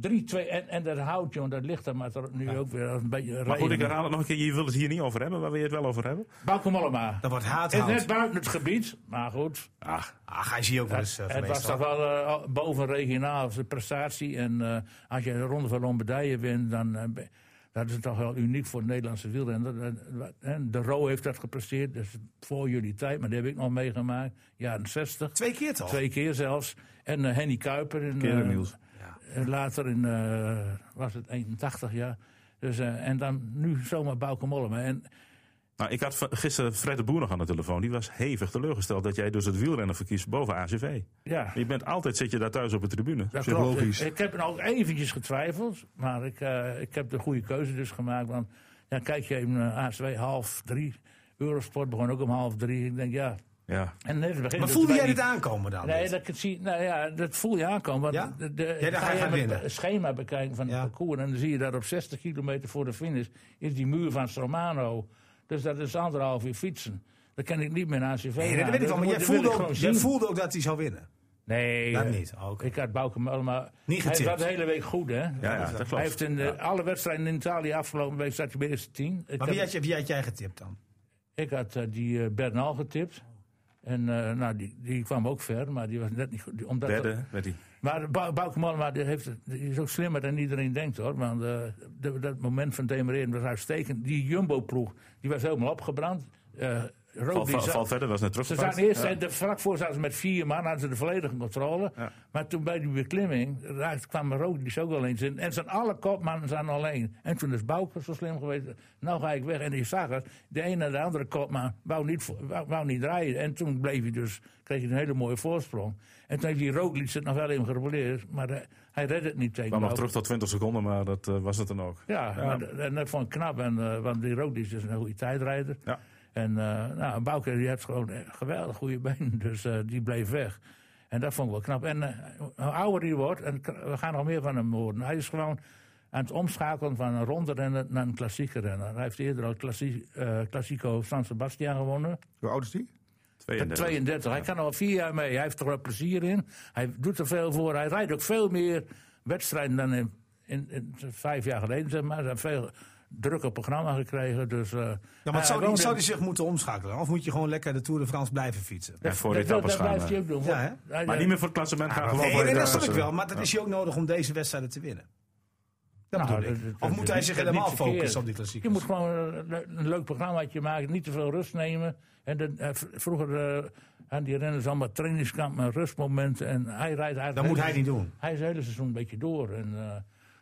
S3: 3, 2, en, en dat houdt, jongen, dat ligt er maar ter- nu ook weer als een beetje
S2: Maar goed, ik
S3: regen.
S2: herhaal het nog een keer. Je wilt het hier niet over hebben. Waar wil je het wel over hebben?
S3: Bauke Mollema.
S4: Dat wordt
S3: Is net
S4: haathout.
S3: buiten het gebied, maar goed.
S4: Ach, hij zie je ook wel eens eh,
S3: het was
S4: geweest.
S3: toch
S4: hoor.
S3: wel eh, boven regionaal zijn prestatie. En eh, als je de Ronde van Lombardije wint, dan eh, ben- dat is toch wel uniek voor het Nederlandse wielrennen. En, wat- en de Ro heeft dat gepresteerd, dus voor jullie tijd, maar die heb ik nog meegemaakt, jaren 60.
S4: Twee keer toch?
S3: Twee keer zelfs. En eh, Henny Kuiper. In,
S6: Keer
S3: eh,
S6: Niels.
S3: eh, later in, eh, was het 81 jaar. Dus, eh, en dan nu zomaar Bauke Mollema. En
S2: Nou, ik had v- gisteren Fred de Boer nog aan de telefoon. Die was hevig teleurgesteld dat jij dus het wielrennen verkiest boven ACV.
S3: ja,
S2: Je bent altijd zit je daar thuis op de tribune.
S3: dat
S6: zich
S3: klopt.
S6: logisch.
S3: Ik, ik heb nog eventjes getwijfeld. Maar ik, eh, ik heb de goede keuze dus gemaakt. Want ja, kijk je eh, even naar ASW, half drie. Eurosport begon ook om half drie. Ik denk ja.
S2: Ja.
S3: En net begint
S4: Maar
S3: het
S4: voelde
S3: bij
S4: jij
S3: die-
S4: dit aankomen dan?
S3: Nee, dat, ik het zie, nou ja, dat voel je aankomen. Want
S4: Ja?
S3: de, de,
S4: Ja, dan ga je
S3: je
S4: gaan
S3: even
S4: winnen.
S3: het schema bekijken van
S4: Ja.
S3: het parcours. En dan zie je dat op 60 kilometer voor de finish is die muur van Stromano. Dus dat is anderhalf uur fietsen. Dat kan ik niet meer naar ACV.
S4: Nee, dat
S3: halen.
S4: weet ik wel. Maar
S3: moet-
S4: jij
S3: wil
S4: voelde
S3: ik
S4: ook,
S3: gewoon
S4: jij
S3: zien.
S4: voelde ook dat hij zou winnen.
S3: Nee,
S4: Dat
S3: eh,
S4: niet. Oh, oké.
S3: Ik had Bauke Mollema.
S4: Niet
S3: Hij
S4: getipt.
S3: was de hele week goed, hè?
S2: Ja, ja, dat
S3: Hij
S2: klopt.
S3: heeft in de- alle wedstrijden in Italië afgelopen week zat hij bij de eerste tien. Ik
S4: Maar
S3: heb-
S4: wie had, je- wie had jij getipt dan?
S3: ik had eh, die eh, Bernal getipt. En eh, nou, die, die kwam ook ver, maar die was net niet goed. Die- Omdat
S2: Derde, werd
S3: Oh,
S2: hij.
S3: Maar Bau- Bauke Mollema die heeft, het- die is ook slimmer dan iedereen denkt hoor. Want eh, de- dat moment van demereren was uitstekend. Die Jumbo-ploeg die was helemaal opgebrand. Eh Rood,
S2: Val,
S3: die
S2: val,
S3: zat-
S2: val verder was net
S3: ze
S2: teruggepakt.
S3: zaten eerst, en de, vlak voor zaten ze met vier man, hadden ze de volledige controle. Maar toen bij die beklimming raakte, kwam Rood die ook al eens in. En zijn alle kopmannen zijn alleen. En toen is Bouke zo slim geweest. Nou ga ik weg. En die zag het. De ene en de andere kopman wou niet, vo- wou, wou niet rijden. En toen bleef hij dus, kreeg hij een hele mooie voorsprong. En toen heeft die Roglic het nog wel even geprobeerd. Maar eh, hij redde het niet tegen
S2: kwam nog
S3: Bouke.
S2: terug tot 20 seconden, maar dat eh, was het dan ook.
S3: Ja, Maar, d- en dat vond ik knap. En, eh, want die Roglic is een goede tijdrijder.
S2: Ja.
S3: En eh, nou, Bouke die heeft gewoon eh, geweldig goede benen, dus eh, die bleef weg. En dat vond ik wel knap. En eh, hoe ouder hij wordt, en k- we gaan nog meer van hem horen. Hij is gewoon aan het omschakelen van een ronde renner naar een klassieke renner. Hij heeft eerder al klassie, eh, Classico San Sebastian gewonnen.
S6: Hoe oud is die?
S2: 32.
S3: 32. Hij kan er al vier jaar mee. Hij heeft er wel plezier in. Hij doet er veel voor. Hij rijdt ook veel meer wedstrijden dan in, in, in vijf jaar geleden, zeg maar. Hij heeft veel drukke programma gekregen. Dus, eh,
S4: Ja,
S3: hij-
S4: maar zou,
S3: hij
S4: die,
S3: woont
S4: zou
S3: in-
S4: die zich moeten omschakelen? Of moet je gewoon lekker de Tour de France blijven fietsen?
S2: En voor de
S3: dat, dat,
S2: etappes
S3: dat
S2: gaan.
S3: blijft hij
S2: eh.
S3: ook doen.
S4: Ja,
S3: hoor. Hij-
S2: Maar
S3: hij-
S2: niet meer voor het klassement gaan gewoon
S4: Nee,
S2: voor
S4: nee,
S2: de
S4: dat snap ik
S2: etappes.
S4: wel. Maar dat is hij ook nodig om deze wedstrijden te winnen. Dat
S3: Nou,
S4: bedoel ik.
S3: dat- dat- dat-
S4: Of moet
S3: dat-
S4: hij zich
S3: dat-
S4: helemaal
S3: niet verkeerd.
S4: focussen op die
S3: Je
S4: klassiekers?
S3: moet gewoon eh, le- een leuk programmaatje maken, niet te veel rust nemen. En dat, eh, v- vroeger eh, Aan die renners allemaal trainingskamp en rustmomenten. En hij rijdt eigenlijk.
S4: Dat moet hij niet doen.
S3: Hij is het hele seizoen een beetje door. En, eh,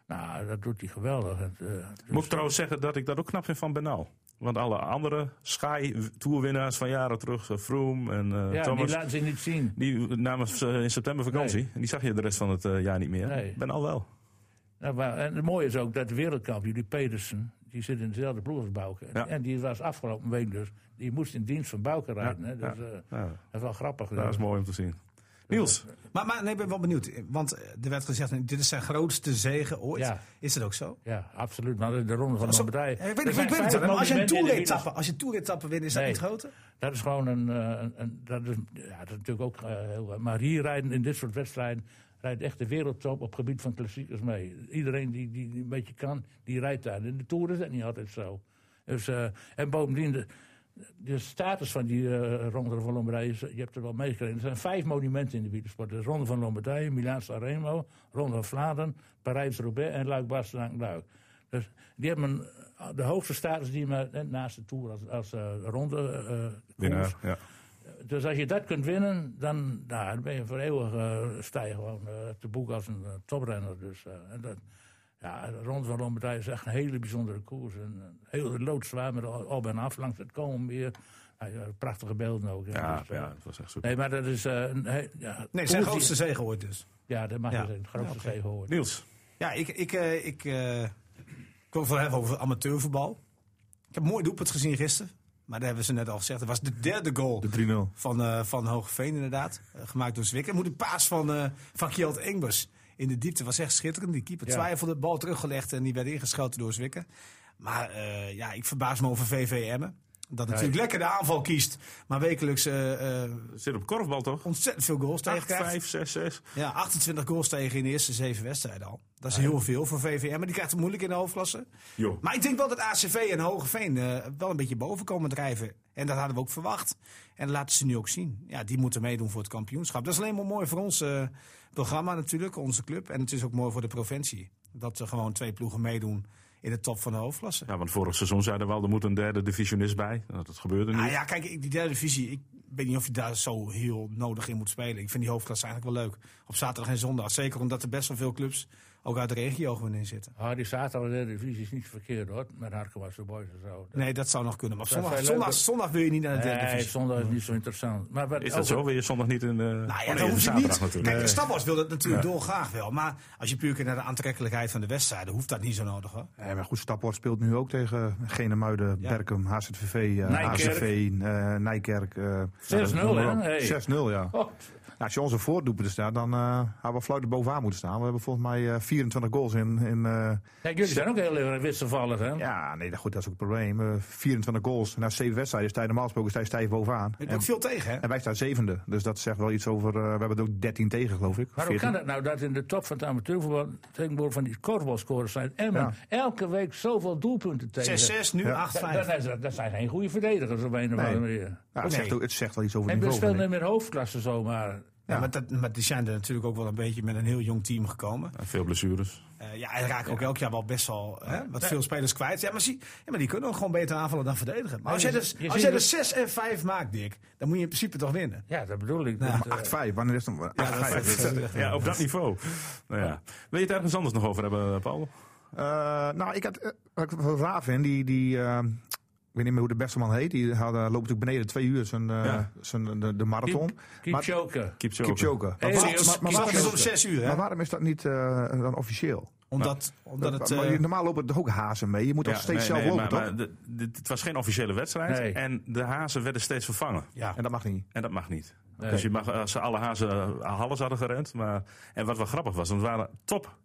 S3: nou, dat doet hij geweldig. Het, eh, dus-
S2: Moet ik trouwens zeggen dat ik dat ook knap vind van Benal. Want alle andere Sky toerwinnaars van jaren terug, eh, Froome en eh,
S3: ja,
S2: Thomas,
S3: die laat ze niet zien.
S2: die namen eh, in september vakantie. En die zag je de rest van het eh, jaar niet meer.
S3: Nee.
S2: Benal wel.
S3: Nou, maar- en het mooie is ook dat de wereldkampioen, die Pedersen, die zit in dezelfde ploeg als Bouke.
S2: Ja.
S3: En die was afgelopen week dus, die moest in dienst van Bouke rijden. hè. Dus, eh,
S2: Ja,
S3: dat is wel grappig.
S2: dat is mooi om te zien. Niels,
S4: Maar, maar nee, ik ben wel benieuwd. Want eh, er werd gezegd, dit is zijn grootste zegen ooit.
S3: Ja.
S4: Is dat ook zo?
S3: Ja, absoluut. Maar de- de ronde van de
S4: Zo-
S3: Lombardij.
S4: Ik weet,
S3: Er
S4: ik
S3: zijn
S4: weet het
S3: vijf
S4: wel, maar als je een
S3: monumenten in de wielers-
S4: toeretappe, als je een toeretappe wint, is dat
S3: Nee.
S4: niet groter?
S3: Dat is gewoon een. eh, een- een- dat, is, ja, dat is natuurlijk ook eh, heel. eh, Maar hier rijden in dit soort wedstrijden. rijdt echt de wereldtop op het gebied van klassiekers mee. Iedereen die, die, die een beetje kan, die rijdt daar. In de Tour is dat niet altijd zo. Dus, eh, en bovendien, de, de status van die eh, Ronde van Lombardije, is- je hebt het wel meegekregen. Er zijn vijf monumenten in de wielersport. De Ronde van Lombardije, Milaan Sanremo, Ronde van Vlaanderen, Parijs-Roubaix en luik bastenaken luik Dus die hebben een, de hoogste status die je maar, eh, naast de Tour als, als eh, ronde eh, koers.
S2: winnaar. Ja.
S3: Dus als je dat kunt winnen, dan, nou, dan ben je voor eeuwig eh sta je gewoon eh, te boek als een eh, toprenner. Dus, eh, en dat, ja, de Ronde van Lombardije is echt een hele bijzondere koers. En, eh, heel loodzwaar met al- op en af langs het Koolmeer. Nou, ja, prachtige beelden ook. hè.
S2: Ja,
S3: Dus, eh,
S2: ja, dat was echt super.
S3: Nee, maar dat is... eh, een he- ja,
S4: Nee, zijn
S3: koers
S4: grootste
S3: die-
S4: zegen ooit dus.
S3: Ja, dat mag
S4: Ja.
S3: je zeggen. het grootste zegen hoort.
S2: Niels,
S4: Ja, ik, ik, eh, ik eh, kwam van even over amateurvoetbal. Ik heb een mooi doelpunt gezien gisteren. Maar daar hebben ze net al gezegd. Dat was de derde goal
S6: De 3-0.
S4: van, eh van Hogeveen inderdaad. Eh, gemaakt door Zwick. En moet een paas van, eh van Kjeld Engbers in de diepte. was echt schitterend. Die keeper
S3: Ja.
S4: twijfelde, bal teruggelegd en die werd ingeschoten door Zwikken. Maar eh, ja, ik verbaas me over VVM. Dat natuurlijk lekker de aanval kiest. Maar wekelijks eh, eh,
S2: zit op korfbal toch?
S4: ontzettend veel goals
S2: 8,
S4: tegenkrijgt.
S2: 5, 6, 6.
S4: Ja, 28 goals tegen in de eerste zeven wedstrijden al. Dat is heel veel voor VVM. Maar die krijgt het moeilijk in de hoofdklasse.
S2: Jo.
S4: Maar ik denk wel dat ACV en Hogeveen eh, wel een beetje boven komen drijven. En dat hadden we ook verwacht. En dat laten ze nu ook zien. Ja, die moeten meedoen voor het kampioenschap. Dat is alleen maar mooi voor ons eh, programma natuurlijk, onze club. En het is ook mooi voor de provincie. Dat er gewoon twee ploegen meedoen in de top van de hoofdklasse.
S2: Ja, want vorig seizoen zeiden we al, er moet een derde divisionist bij. Nou, Dat gebeurde niet.
S4: Nou ja, kijk, ik- die derde divisie, ik weet niet of je daar zo heel nodig in moet spelen. Ik vind die hoofdklasse eigenlijk wel leuk. Op zaterdag en zondag. Zeker omdat er best wel veel clubs ook uit de regio gewoon in zitten.
S3: Ah, die zaterdag in de divisie is niet verkeerd hoor. Met Harkema's Boys en zo.
S4: Nee, dat zou nog kunnen. Maar op
S3: Dat
S4: zondag,
S3: zijn leuke-
S4: zondag, zondag wil je niet naar de derde
S3: Nee,
S4: divisie.
S3: zondag is niet zo interessant. Maar wat
S2: Is dat
S3: over-
S2: zo? Wil je zondag niet in... eh
S4: Nou
S2: oh
S4: ja,
S2: nee,
S4: dat hoeft het
S2: zaterdag
S4: niet. Kijk, de Stabos wil dat natuurlijk dolgraag wel. Maar als je puur kijkt naar de aantrekkelijkheid van de wedstrijden, hoeft dat niet zo nodig hoor.
S6: Ja, Eh, maar goed, Staphorst speelt nu ook tegen Genemuiden,
S4: Ja.
S6: Berkum, HZVV, eh,
S3: Nijkerk.
S6: HCV, eh, Nijkerk. eh,
S3: 6-0 hè? Hey.
S6: 6-0, ja.
S3: Oh,
S6: Nou, als je onze voordoepen staat, dan eh hadden we fluiten bovenaan moeten staan. We hebben volgens mij eh, 24 goals in. in eh,
S3: Kijk, jullie zijn ook heel erg wisselvallig hè?
S6: ja, nee, dat- goed, dat is ook het probleem. Eh, 24 goals na 7 wedstrijden. Sta je normaal gesproken sta je stijf bovenaan.
S4: Het
S6: En,
S4: wordt veel tegen hè?
S6: en wij staan zevende. Dus dat zegt wel iets over. eh, we hebben er ook 13 tegen, geloof ik.
S3: Maar hoe
S6: 14.
S3: kan het nou dat in de top van het amateurvoetbal tegenwoordig van die korfbalscorers zijn Emmen
S6: Ja.
S3: elke week zoveel doelpunten tegen?
S4: 6-6, nu
S6: Ja.
S4: 8-5.
S3: Dat, dat, dat- dat zijn geen goede verdedigers op een of andere
S6: Nee.
S3: manier.
S6: Ja, het,
S4: Nee.
S6: zegt, ook- het zegt wel iets over het
S3: En we
S6: niveau.
S3: spelen
S6: vind
S3: niet
S6: ik.
S3: meer hoofdklasse zomaar.
S4: Ja, maar, dat, maar die zijn er natuurlijk ook wel een beetje met een heel jong team gekomen.
S2: Nou, Veel blessures.
S4: Eh, ja, en raken ook elk jaar wel best wel hè, wat veel spelers kwijt. Ja maar, zie, ja, maar die kunnen ook gewoon beter aanvallen dan verdedigen. Maar als jij
S3: Nee,
S4: dus,
S3: je- je
S4: als jij
S3: ziet
S4: er 6 en 5 maakt, Dick, dan moet je in principe toch winnen.
S3: Ja, dat bedoel ik. Dat, eh,
S6: 8-5, wanneer is het? 8-5.
S2: Ja, op dat niveau. Nou ja. Wil je het ergens anders nog over hebben, Paul?
S6: Eh, nou, ik had, eh, wat ik wel raar vind, die, die eh, ik weet niet meer hoe de beste man heet, die had, eh, loopt natuurlijk beneden twee uur zijn, eh,
S2: Ja.
S6: zijn, de, de marathon.
S3: Keep
S6: Maar-
S3: choken.
S2: Kipchoge.
S6: Kipchoge. Maar,
S3: Hey,
S6: waarom-
S3: serieus?
S6: maar- maar
S4: Maar
S6: waarom,
S4: is om
S6: is,
S4: 6 uur hè?
S6: maar waarom is dat niet eh, dan officieel?
S4: Omdat, omdat het...
S6: Maar
S4: eh,
S6: je- normaal lopen er ook hazen mee. Je moet toch
S2: Ja,
S6: steeds
S2: nee,
S6: zelf
S2: nee,
S6: lopen,
S2: maar- maar
S6: toch?
S2: de- dit- Het was geen officiële wedstrijd.
S3: Nee.
S2: En de hazen werden steeds vervangen.
S4: ja.
S6: En dat mag niet.
S2: En dat mag niet.
S3: Nee.
S2: Dus je mag, als ze alle hazen eh, alles hadden gerend. Maar, en wat wel grappig was, want het waren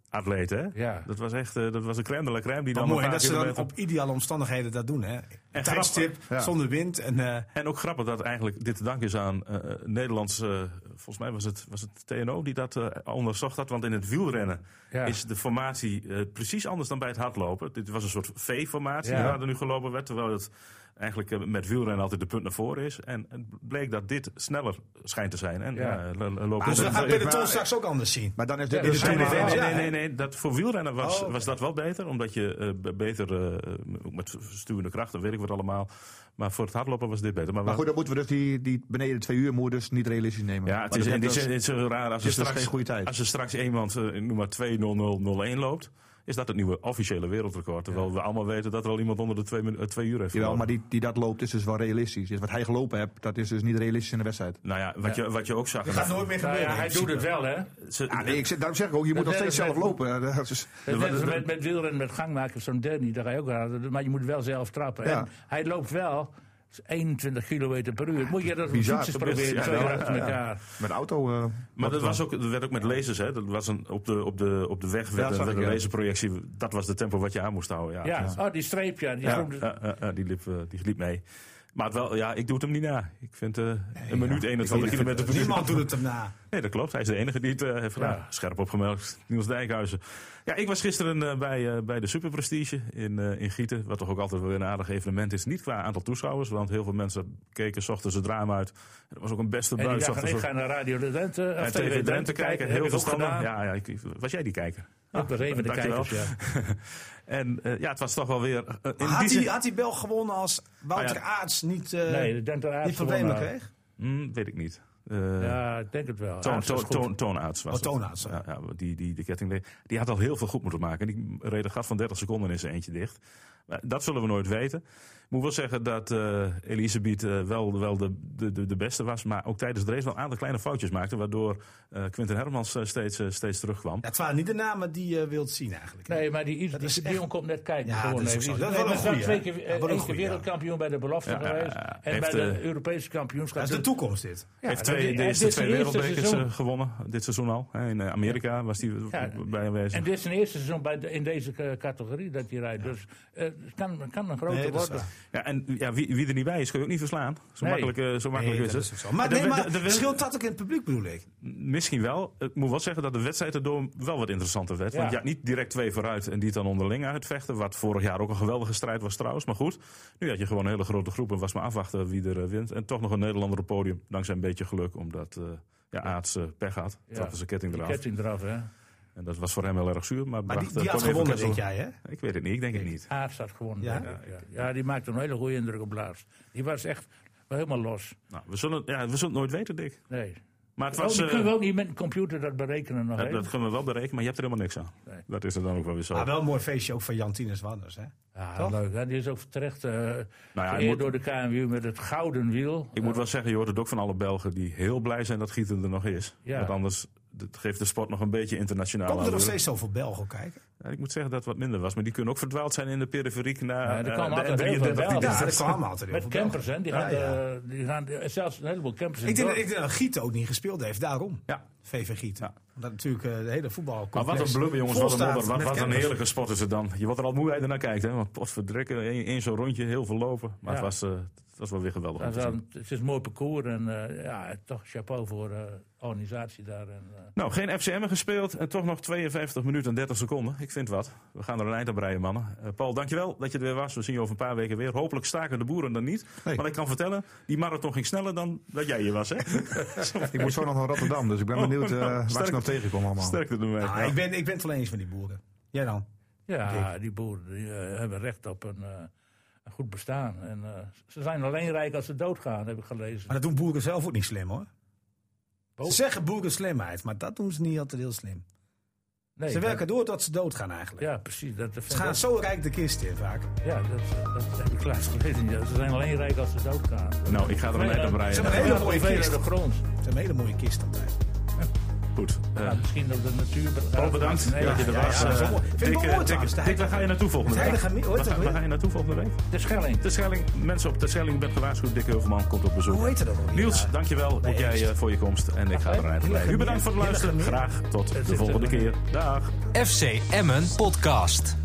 S2: topatleten. hè?
S3: Ja.
S2: Dat was echt eh, dat was een crème de la crème. Die
S4: Wat
S2: dan
S4: mooi,
S2: een
S4: en
S2: paar
S4: dat ze dan
S2: kilometer-
S4: op ideale omstandigheden dat doen, hè?
S2: En
S4: Tijdstip,
S6: ja.
S4: zonder wind. En, eh,
S2: En ook grappig dat eigenlijk dit te danken is aan eh, eh, Nederlands. eh, volgens mij was het, was het TNO die dat eh, onderzocht had. Want in het wielrennen
S3: Ja.
S2: is de formatie eh, precies anders dan bij het hardlopen. Dit was een soort V-formatie
S3: Ja.
S2: waar er nu gelopen werd. Terwijl het eigenlijk eh, met wielrennen altijd de punt naar voren is. En het bleek dat dit sneller schijnt te zijn. En
S3: Ja.
S2: ja, eh, lo- lo- loopt
S4: Dus
S2: het-
S4: we gaan
S2: eh,
S4: peloton straks ook anders zien.
S6: Maar dan is dit
S3: Ja,
S6: dus
S3: dus
S2: Nee, nee, nee, nee,
S4: Ja,
S2: nee,
S4: hè?
S2: nee, nee. Dat voor wielrennen was,
S4: Oh, oké.
S2: was dat wel beter. Omdat je eh, be- beter eh, ook met stuwende kracht en weet ik wat allemaal. Maar voor het hardlopen was dit beter. Maar,
S6: Maar
S2: wel-
S6: goed, dan moeten we dus die, die beneden de twee uur moet dus niet realistisch nemen.
S2: ja, het
S6: Maar
S2: is,
S6: dat-
S2: en dit
S6: dat
S2: is, het is zo raar als er
S6: is dus
S2: straks,
S6: geen goede tijd.
S2: als er straks iemand, eh, ik noem maar 2.00.01 loopt. Is dat het nieuwe officiële wereldrecord? Terwijl we allemaal weten dat er al iemand onder de twee, minu- eh, twee uur heeft.
S6: Jawel, maar
S2: gelopen.
S6: die, die dat loopt is dus wel realistisch. Dus wat hij gelopen hebt, dat is dus niet realistisch in de wedstrijd.
S2: Nou ja, wat, Je, wat je ook zag.
S4: Dat gaat nooit meer
S3: Nou
S4: gebeuren.
S3: ja, hij
S4: in principe.
S3: doet het wel, hè?
S2: Ze-
S6: Ja, nee, Ah, ik zeg, daarom zeg ik ook, je moet nog
S3: net
S6: steeds
S3: als
S6: zelf
S3: met-
S6: lopen. Dat is-
S3: Dat
S2: Ja,
S3: net als
S2: maar-
S3: met, met wielrennen, met gangmakers, zo'n derby, daar ga je ook aan. Maar je moet wel zelf trappen.
S6: Ja.
S3: En hij loopt wel 21 kilometer per uur. Moet je dat op
S6: Bizar,
S3: fietsers
S6: dat is-
S3: proberen,
S2: ja,
S3: twee
S2: ja,
S3: jaar achter elkaar.
S6: Met auto. eh,
S2: Maar dat
S6: wat dan?
S2: was ook, dat werd ook met lasers, hè? Dat was een, op, de, op, de, op de weg werd,
S6: dat zag
S2: werd
S6: ik,
S2: een
S6: ja.
S2: laserprojectie. Dat was de tempo wat je aan moest houden. Ja,
S3: Ja, Oh, die streep, ja. Die
S2: Ja,
S3: groene-
S2: ja, ja, ja, die, liep, eh, die liep mee. Maar het wel, ja, ik doe het hem niet na. Ik vind eh, een minuut 21 kilometer per uur.
S4: Niemand doet het hem na.
S2: Nee, dat klopt. Hij is de enige die het eh, heeft gedaan.
S3: Ja.
S2: Scherp opgemerkt, Niels Dijkhuizen. Ja, ik was gisteren eh, bij, eh, bij de Super Prestige in, eh, in Gieten. Wat toch ook altijd wel weer een aardig evenement is. Niet qua aantal toeschouwers, want heel veel mensen keken 's ochtends het raam uit. Er was ook een beste
S3: en die
S2: buis. 's
S3: dacht, ik
S2: ochtends.
S3: ga naar Radio de Drenthe. of
S2: En tegen Drenthe kijken, heel
S3: Heb ik ook
S2: verstandig.
S3: gedaan.
S2: Ja, ja, ik- was jij die kijker? Ah,
S3: Ik was een van de
S2: dankjewel.
S3: kijkers, ja.
S2: En eh, ja, het was toch wel weer... eh, in die
S4: Had
S2: zin-
S4: hij, had hij wel gewonnen als Wouter
S2: Ah,
S4: Aarts niet, eh
S3: Nee, de Drenthe Aard
S4: niet problemen
S3: gewonnen.
S4: kreeg?
S2: Hmm, weet ik niet. Eh,
S3: Ja, ik denk het wel.
S2: Toon,
S3: Aarts is
S2: toon,
S3: goed.
S2: toon, toonaarts was
S4: Oh,
S2: het.
S4: toonaarts,
S2: Ja, ja, die, die, de ketting, die had al heel veel goed moeten maken. Die reed een gat van 30 seconden in zijn eentje dicht. Maar Dat zullen we nooit weten. Ik moet wel zeggen dat eh Elisabeth eh, wel, wel de, de, de, de beste was. Maar ook tijdens de race wel een aantal kleine foutjes maakte. Waardoor eh Quinten Hermans eh, steeds, eh, steeds terugkwam.
S4: Ja, het waren niet de namen die je wilt zien eigenlijk.
S3: Nee, maar die, die,
S4: Dat
S3: die,
S4: is
S3: Dion
S4: echt-
S3: komt net kijken.
S4: Ja,
S3: gewoon
S4: dat is ook
S3: even.
S4: zo. Dat is
S3: Nee,
S4: wel
S3: maar
S4: een
S3: wel
S4: goeie,
S3: twee
S4: hè?
S3: keer,
S4: Ja,
S3: eh,
S4: wel een
S3: één keer
S4: goeie, ja.
S3: wereldkampioen bij de belofte
S2: Ja, ja, ja.
S3: geweest. En
S2: Heeft,
S3: bij de
S2: eh,
S3: Europese kampioenschap.
S4: Dat is de toekomst dit.
S2: heeft
S3: dat-
S2: twee,
S3: en
S2: de eerste
S3: dit is
S2: twee
S3: zijn eerste
S2: wereldbekers
S3: seizoen.
S2: eh, gewonnen. Dit seizoen al. hè. In eh, Amerika was hij
S3: Ja,
S2: bij aanwezig.
S3: En dit is zijn eerste seizoen bij de- in deze eh, categorie dat hij rijdt. Dus eh, het kan, kan een grote
S4: Nee, dat is
S3: worden.
S4: waar.
S2: Ja, en ja, wie, wie er niet bij is, kun je ook niet verslaan. Zo
S3: Nee.
S2: makkelijk, eh, zo makkelijk
S4: Nee,
S2: is
S4: dat
S2: het.
S4: is ook zo. Maar,
S2: En de-
S4: nee, maar
S2: de- de- de-
S4: scheelt dat ook in het publiek bedoel ik?
S2: Misschien wel. Ik moet wel zeggen dat de wedstrijd erdoor wel wat interessanter werd. Want
S3: Ja.
S2: ja, niet direct twee vooruit en die het dan onderling uitvechten. Wat vorig jaar ook een geweldige strijd was trouwens. Maar goed, nu had je gewoon een hele grote groep en was maar afwachten wie er eh, wint. En toch nog een Nederlander op podium. Dankzij een beetje geluk, omdat eh ja, Aarts eh, pech had.
S3: Ja.
S2: Trapte zijn ketting
S3: Die
S2: eraf.
S3: ketting eraf, hè.
S2: En dat was voor hem heel erg zuur. Maar,
S4: Maar die,
S2: bracht, eh,
S4: die had
S2: Corné van
S4: gewonnen, denk
S2: Kessel-
S4: jij, hè?
S2: Ik weet het niet, ik denk het niet.
S3: Aarts had gewonnen.
S4: Ja?
S3: denk ik, Ja, ja. die maakte een hele goede indruk op Lars. Die was echt wel helemaal los.
S2: Nou, we, zullen, ja, we zullen het nooit weten, Dick.
S3: Nee.
S2: Maar het
S3: Oh,
S2: was...
S3: die
S2: eh,
S3: kunnen we ook niet met een computer dat berekenen nog,
S2: ja,
S3: hè?
S2: dat kunnen we wel berekenen, maar je hebt er helemaal niks aan.
S3: Nee.
S2: Dat is er dan ook wel weer zo.
S4: Maar wel een mooi feestje ook van Jantines Wanners, hè?
S3: Ja,
S4: Toch?
S3: leuk. hè. Die is ook terecht eh
S2: Nou hij
S3: geëerd
S2: moet-
S3: door de KMU met het gouden wiel.
S2: Ik moet wel zeggen, je hoort het ook van alle Belgen die heel blij zijn dat Gieten er nog is.
S3: Ja.
S2: Want anders dat geeft de sport nog een beetje internationaal
S4: Komt er nog
S2: allure.
S4: steeds zoveel Belgen kijken?
S2: Ja, ik moet zeggen dat het wat minder was. Maar die kunnen ook verdwaald zijn in de periferiek naar
S3: Ja, er
S2: eh,
S3: kwamen
S2: de
S3: altijd heel veel
S2: 33
S3: Belgen.
S2: die-
S4: Ja, dat kwamen altijd heel
S3: Met
S4: veel
S3: campers, hè? Die,
S4: Ja,
S3: gaan,
S4: ja.
S3: eh, die gaan eh, zelfs een heleboel campers in
S4: Ik denk,
S3: het
S4: dat- ik
S3: dorp.
S4: denk dat Gieten ook niet gespeeld heeft, daarom.
S2: Ja.
S4: VV Gieten.
S2: Ja.
S4: Omdat natuurlijk eh, de hele voetbal.
S2: Maar wat een blubber jongens, wat een modder. Wat, wat een
S4: heerlijke.
S2: heerlijke sport is het dan. Je wordt er al moe uit naar kijkt. Hè? Want potverdrukken, één één zo'n rondje, heel veel lopen. Maar
S3: Ja.
S2: het, was, eh, het was wel weer geweldig. om
S3: Dat
S2: te
S3: is wel
S2: zien.
S3: een- het is een mooi parcours en eh, ja, toch chapeau voor de organisatie daar. En, eh,
S2: Nou, geen FCM gespeeld en toch nog 52 minuten en 30 seconden. Ik vind wat. We gaan er een eind aan breien, mannen. Eh, Paul, dankjewel dat je er weer was. We zien je over een paar weken weer. Hopelijk staken de boeren dan niet.
S6: Nee.
S2: Maar ik kan vertellen, die marathon ging sneller dan dat jij hier was, hè?
S6: Ik moet zo nog naar Rotterdam, dus ik ben benieuwd eh,
S2: nou,
S6: waar
S2: sterk-
S6: ze nog tegenkomen allemaal.
S2: Sterkte ermee.
S4: Ah, ik, ben, ik ben het wel eens van die boeren. Jij dan?
S3: ja, die boeren die, eh, hebben recht op een, eh, een goed bestaan. En, eh, ze zijn alleen rijk als ze doodgaan, heb ik gelezen.
S4: Maar dat doen boeren zelf ook niet slim hoor.
S3: Oh.
S4: Ze zeggen boeren slimheid, maar dat doen ze niet altijd heel slim.
S3: Nee,
S4: ze
S3: dat-
S4: werken door tot ze doodgaan eigenlijk.
S3: Ja, precies. Dat, dat
S4: Ze
S3: vind ik
S4: gaan
S3: ook-
S4: zo rijk de kist in vaak.
S3: Ja, dat, dat heb ik laatst gelezen. ja. Ze zijn alleen rijk als ze doodgaan.
S2: Nou, ik ga er een eind aan
S4: Ze
S2: breien.
S4: hebben een hele mooie
S3: Veel aan
S4: kist.
S3: de grond.
S4: Ze hebben een hele mooie kist altijd.
S2: Goed. Eh,
S3: Ja, misschien dat de natuur...
S2: Paul, bedankt
S3: Nee,
S2: dat je er
S4: ja,
S2: was.
S4: ja, dat is
S2: Eh,
S4: wel mooi. Vind ik
S2: Dick,
S4: wel
S2: eh,
S4: mooi
S2: Dick,
S4: trouwens, de
S2: Dick, waar ga je naartoe volgende
S4: Het
S2: week?
S4: heilige mi- hoe
S2: Waar
S4: heet dat
S2: ga-
S4: weer?
S2: waar ga je naartoe volgende week?
S3: De Schelling.
S2: De Schelling, mensen op de Schelling, bent gewaarschuwd. Dick Heuvelman komt op bezoek.
S4: Hoe heet dat ook?
S2: Niels, dankjewel ook jij eh, voor je komst. En ik ga er een eind aan breien. U bedankt voor het luisteren. Graag tot de volgende keer. Dag.
S1: FC Emmen Podcast.